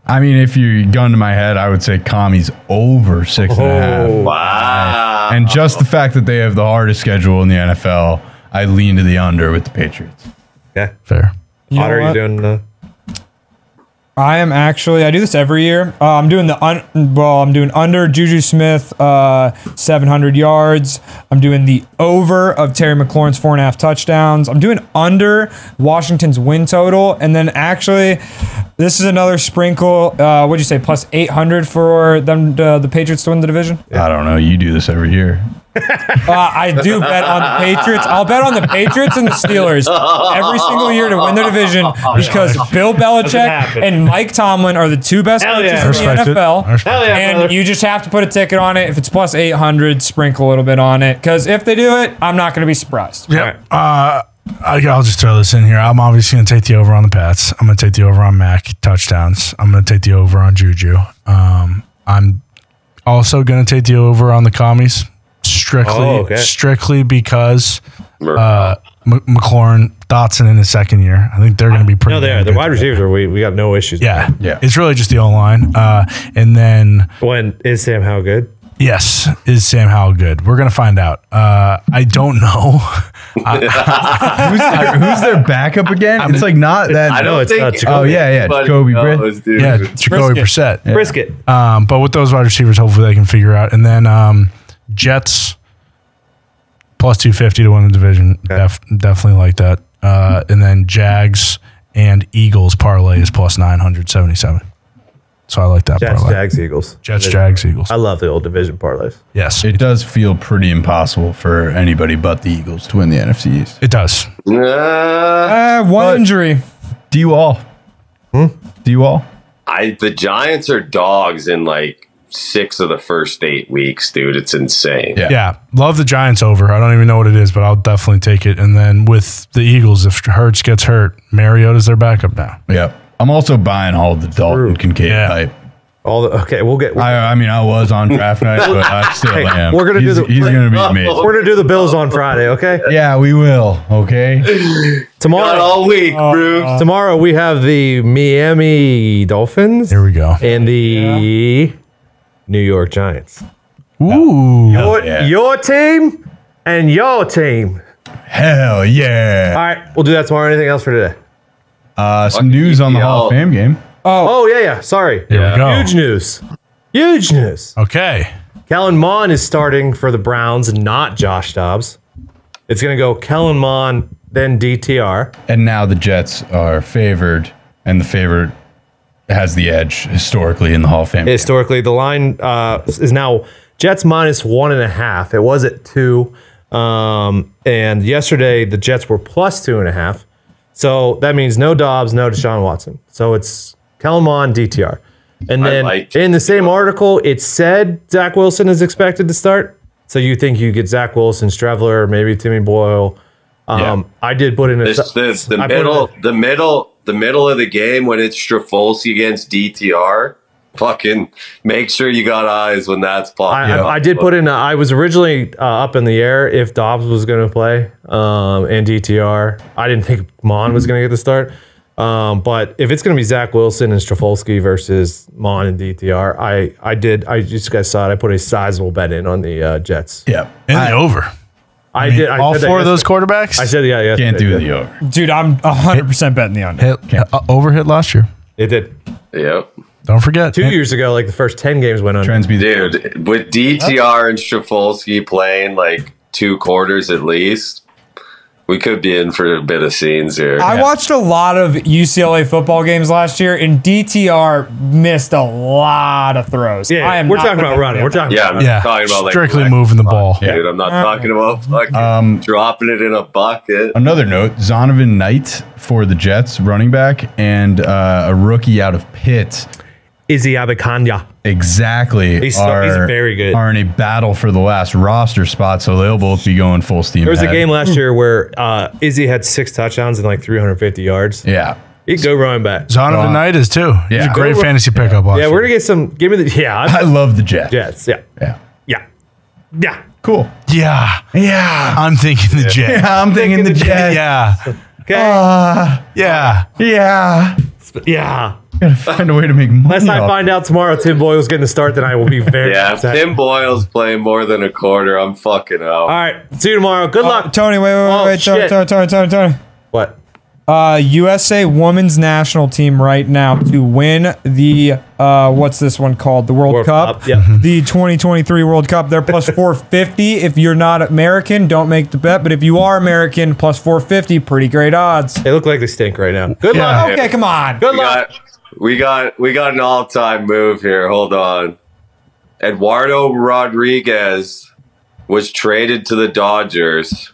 [SPEAKER 3] I mean, if you gun to my head, I would say Commies over six and a half.
[SPEAKER 1] Oh,
[SPEAKER 2] Wow.
[SPEAKER 3] And just the fact that they have the hardest schedule in the NFL, I lean to the under with the Patriots.
[SPEAKER 1] Okay.
[SPEAKER 5] Fair.
[SPEAKER 4] You
[SPEAKER 1] Otter,
[SPEAKER 4] know
[SPEAKER 1] are you
[SPEAKER 4] what?
[SPEAKER 1] doing? Uh,
[SPEAKER 4] I am actually. I do this every year. Uh, I'm doing the un- well. I'm doing under Juju Smith, uh, 700 yards. I'm doing the over of Terry McLaurin's four and a half touchdowns. I'm doing under Washington's win total, and then actually, this is another sprinkle. Uh, what'd you say? Plus 800 for them, uh, the Patriots to win the division.
[SPEAKER 3] I don't know. You do this every year.
[SPEAKER 4] Uh, I do bet on the Patriots. I'll bet on the Patriots and the Steelers every single year to win
[SPEAKER 1] [LAUGHS]
[SPEAKER 4] their division because Bill Belichick
[SPEAKER 1] Oh, happen.
[SPEAKER 4] and Mike Tomlin are the two best
[SPEAKER 1] Hell
[SPEAKER 4] coaches
[SPEAKER 1] yeah.
[SPEAKER 4] in
[SPEAKER 5] Respect
[SPEAKER 4] the
[SPEAKER 5] it.
[SPEAKER 4] NFL.
[SPEAKER 5] I respect
[SPEAKER 1] yeah,
[SPEAKER 4] and
[SPEAKER 1] brother.
[SPEAKER 4] you just have to put a ticket on it. If it's plus 800, sprinkle a little bit on it because if they do it, I'm not going to be surprised.
[SPEAKER 5] Yeah. Uh, I, I'll just throw this in here. I'm obviously going to take the over on the Pats. I'm going to take the over on Mac touchdowns. I'm going to take the over on Juju. Um, I'm also going to take the over on the commies strictly,
[SPEAKER 1] Oh, okay.
[SPEAKER 5] strictly because uh, M- McLaurin Dotson in his second year. I think they're going to be pretty.
[SPEAKER 1] no, they
[SPEAKER 5] damn
[SPEAKER 1] are. The
[SPEAKER 5] good
[SPEAKER 1] wide
[SPEAKER 5] together.
[SPEAKER 1] receivers are. We, we got no issues.
[SPEAKER 5] Yeah.
[SPEAKER 3] Yeah.
[SPEAKER 5] It's really just the O line. Uh, and then.
[SPEAKER 1] When is Sam Howe good?
[SPEAKER 5] Yes, is Sam Howell good? We're gonna find out. Uh, I don't know. [LAUGHS]
[SPEAKER 3] Who's their, who's their backup again? it's like not that.
[SPEAKER 2] I
[SPEAKER 1] No,
[SPEAKER 2] don't
[SPEAKER 1] it's
[SPEAKER 2] think
[SPEAKER 1] not Jacoby.
[SPEAKER 3] Oh, yeah, yeah,
[SPEAKER 2] anybody
[SPEAKER 3] Jacoby Britt.
[SPEAKER 2] knows, dude.
[SPEAKER 5] yeah, Jacoby Brissett.
[SPEAKER 1] Brisket.
[SPEAKER 5] Um, but with those wide receivers, hopefully they can figure out. And then um, Jets plus two fifty to win the division. Def- definitely like that. Uh, and then Jags and Eagles parlay is plus nine hundred seventy seven. So I like that
[SPEAKER 1] Jets,
[SPEAKER 5] parlay.
[SPEAKER 1] Jags, Eagles.
[SPEAKER 5] Jets, Jags, Eagles.
[SPEAKER 1] I love the old division parlays.
[SPEAKER 5] Yes,
[SPEAKER 3] It does feel pretty impossible for anybody but the Eagles to win the NFC East.
[SPEAKER 5] it does.
[SPEAKER 2] Nah,
[SPEAKER 4] Uh, one
[SPEAKER 3] But-
[SPEAKER 4] injury.
[SPEAKER 3] Do you all? Hmm? Do you all?
[SPEAKER 2] I the Giants are dogs in like six of the first eight weeks, dude. It's insane.
[SPEAKER 3] Yeah.
[SPEAKER 5] Yeah, love the Giants over. I don't even know what it is, but I'll definitely take it. And then with the Eagles, if Hurts gets hurt, Mariota's their backup now.
[SPEAKER 3] Yeah. I'm also buying all the Dalton Kincaid
[SPEAKER 5] Yeah.
[SPEAKER 3] hype.
[SPEAKER 1] All the okay, we'll get.
[SPEAKER 3] I, I mean, I was on draft night, but [LAUGHS] I still
[SPEAKER 1] Hey,
[SPEAKER 3] am.
[SPEAKER 1] we're gonna do
[SPEAKER 3] he's,
[SPEAKER 1] the-
[SPEAKER 3] He's [LAUGHS] going to be amazing.
[SPEAKER 1] we're gonna do the Bills on Friday, okay?
[SPEAKER 3] Yeah, we will. Okay.
[SPEAKER 2] Not
[SPEAKER 1] Tomorrow,
[SPEAKER 2] all week,
[SPEAKER 3] Uh,
[SPEAKER 2] Bruce.
[SPEAKER 1] tomorrow we have the Miami Dolphins
[SPEAKER 5] Here we go.
[SPEAKER 1] and the New York Giants.
[SPEAKER 5] Ooh,
[SPEAKER 1] Your,
[SPEAKER 3] yeah.
[SPEAKER 1] your team and your team.
[SPEAKER 3] Hell yeah.
[SPEAKER 1] All right, we'll do that tomorrow. Anything else for today?
[SPEAKER 3] Uh, some news on the Hall of Fame game.
[SPEAKER 1] Oh yeah, yeah. Sorry.
[SPEAKER 5] here we go.
[SPEAKER 1] Huge news. Huge news.
[SPEAKER 5] Okay,
[SPEAKER 1] Kellen Mond is starting for the Browns, not Josh Dobbs. It's gonna go Kellen Mond, then DTR.
[SPEAKER 3] And now the Jets are favored, and the favorite has the edge historically in the Hall of Fame.
[SPEAKER 1] historically. The line uh, is now Jets minus one and a half. It was at two. Um, and yesterday, the Jets were plus two and a half. So that means no Dobbs, no Deshaun Watson. So it's Kelmon, DTR. And then
[SPEAKER 2] like-
[SPEAKER 1] in the same article, it said Zach Wilson is expected to start. So you think you get Zach Wilson, Strevler, maybe Timmy Boyle. Um,
[SPEAKER 3] Yeah.
[SPEAKER 1] I did put in a
[SPEAKER 2] This, this, the
[SPEAKER 1] I put in a-
[SPEAKER 2] middle, the middle, the middle of the game when it's Strafolsky against DTR. Fucking make sure you got eyes when that's
[SPEAKER 1] I,
[SPEAKER 2] popping.
[SPEAKER 1] I- I did put in. a- I was originally uh, up in the air if Dobbs was going to play um, and DTR. I didn't think Mon was going to get the start, um, but if it's going to be Zach Wilson and Strafolsky versus Mon and DTR, I I did. I just guys saw it. I put a sizable bet in on the uh, Jets.
[SPEAKER 3] Yeah.
[SPEAKER 5] in
[SPEAKER 3] I
[SPEAKER 5] the over.
[SPEAKER 1] I,
[SPEAKER 5] I mean,
[SPEAKER 1] did. I
[SPEAKER 5] all
[SPEAKER 1] said that
[SPEAKER 5] four of those
[SPEAKER 1] yesterday.
[SPEAKER 5] quarterbacks.
[SPEAKER 1] I said yeah.
[SPEAKER 3] can't
[SPEAKER 1] yesterday.
[SPEAKER 3] do the uh, over.
[SPEAKER 4] Dude, I'm 100% betting the under.
[SPEAKER 5] hit, uh, over hit last year.
[SPEAKER 1] It did
[SPEAKER 2] yep.
[SPEAKER 5] Don't forget.
[SPEAKER 1] two years ago. Like the first ten games went on.
[SPEAKER 3] Trends be the
[SPEAKER 2] Dude, with DTR and Strafolsky playing like two quarters at least, we could be in for a bit of scenes here.
[SPEAKER 4] I watched a lot of UCLA football games last year, and DTR missed a lot of throws.
[SPEAKER 1] Yeah,
[SPEAKER 4] I am
[SPEAKER 1] we're
[SPEAKER 4] not
[SPEAKER 1] talking about
[SPEAKER 4] gonna-
[SPEAKER 1] running. We're talking.
[SPEAKER 2] yeah,
[SPEAKER 1] about
[SPEAKER 2] I'm
[SPEAKER 5] Yeah,
[SPEAKER 2] talking about like
[SPEAKER 5] strictly
[SPEAKER 2] like,
[SPEAKER 5] moving the ball. Um,
[SPEAKER 3] Yeah.
[SPEAKER 2] Dude, I'm not talking about fucking dropping it in a bucket.
[SPEAKER 3] Another note: Zonovan Knight for the Jets, running back, and uh, a rookie out of Pitt.
[SPEAKER 1] Izzy Abikanya.
[SPEAKER 3] Exactly,
[SPEAKER 1] He's so-
[SPEAKER 3] are,
[SPEAKER 1] he's very good.
[SPEAKER 3] Are in a battle for the last roster spot, so they'll both be going full steam.
[SPEAKER 1] There was a
[SPEAKER 3] ahead.
[SPEAKER 1] game last year where uh, Izzy had six touchdowns and like 350 yards.
[SPEAKER 3] Yeah,
[SPEAKER 1] He'd go running back.
[SPEAKER 5] Zonovan
[SPEAKER 3] Wow.
[SPEAKER 5] Knight is too. He's
[SPEAKER 3] Yeah.
[SPEAKER 5] a great fantasy pickup last
[SPEAKER 1] Yeah, we're
[SPEAKER 5] year.
[SPEAKER 1] gonna get some. Give me the yeah,
[SPEAKER 3] I
[SPEAKER 1] I'm,
[SPEAKER 3] love the Jets.
[SPEAKER 1] Jets. Yeah,
[SPEAKER 3] Yeah,
[SPEAKER 1] yeah, yeah.
[SPEAKER 3] cool.
[SPEAKER 5] Yeah,
[SPEAKER 3] Yeah,
[SPEAKER 5] I'm thinking the Jets.
[SPEAKER 3] yeah, I'm thinking the Jets.
[SPEAKER 5] [LAUGHS] Yeah,
[SPEAKER 1] Okay,
[SPEAKER 3] Uh,
[SPEAKER 5] yeah.
[SPEAKER 3] yeah.
[SPEAKER 1] yeah.
[SPEAKER 3] Gotta find a way to make money.
[SPEAKER 1] Unless I
[SPEAKER 3] off
[SPEAKER 1] find out tomorrow Tim Boyle's getting the start, then I will be very
[SPEAKER 2] Yeah, if
[SPEAKER 1] upset.
[SPEAKER 2] Tim Boyle's playing more than a quarter, I'm fucking out.
[SPEAKER 1] All right, see you tomorrow. Good
[SPEAKER 4] Oh,
[SPEAKER 1] luck.
[SPEAKER 4] Tony, wait, wait, wait,
[SPEAKER 1] Oh,
[SPEAKER 4] wait. Tony,
[SPEAKER 1] shit.
[SPEAKER 4] Tony, Tony, Tony, Tony.
[SPEAKER 1] what?
[SPEAKER 4] Uh, USA women's national team right now to win the uh, what's this one called? The World,
[SPEAKER 1] World
[SPEAKER 4] Cup.
[SPEAKER 1] Cup, yeah. Mhm.
[SPEAKER 4] The 2023 World Cup. They're
[SPEAKER 1] [LAUGHS]
[SPEAKER 4] plus 450. If you're not American, don't make the bet. But if you are American, plus 450, pretty great odds.
[SPEAKER 1] They look like they stink right now. Good
[SPEAKER 5] Yeah.
[SPEAKER 1] luck.
[SPEAKER 4] Okay, come on.
[SPEAKER 1] Good
[SPEAKER 2] we
[SPEAKER 1] luck.
[SPEAKER 2] got we got we got an all-time move here. Hold on. Eduardo Rodriguez was traded to the Dodgers.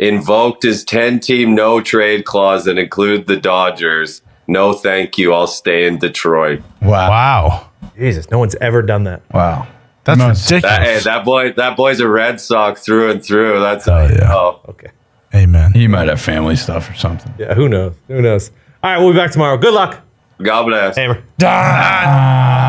[SPEAKER 2] Invoked his 10-team no trade clause that include the Dodgers. No thank you. I'll stay in Detroit.
[SPEAKER 3] Wow.
[SPEAKER 5] Wow,
[SPEAKER 1] Jesus, no one's ever done that.
[SPEAKER 3] Wow.
[SPEAKER 5] that's
[SPEAKER 3] Must-
[SPEAKER 2] That, eh, hey,
[SPEAKER 5] ridiculous.
[SPEAKER 2] that boy that boy's a Red Sox through and through. That's
[SPEAKER 5] Oh, yeah.
[SPEAKER 2] oh.
[SPEAKER 1] Okay.
[SPEAKER 5] Amen.
[SPEAKER 3] He might have family stuff or something.
[SPEAKER 1] Yeah. Who knows? Who knows? All right, we'll be back tomorrow. Good luck.
[SPEAKER 2] God bless.
[SPEAKER 1] Hammer.
[SPEAKER 4] Ah.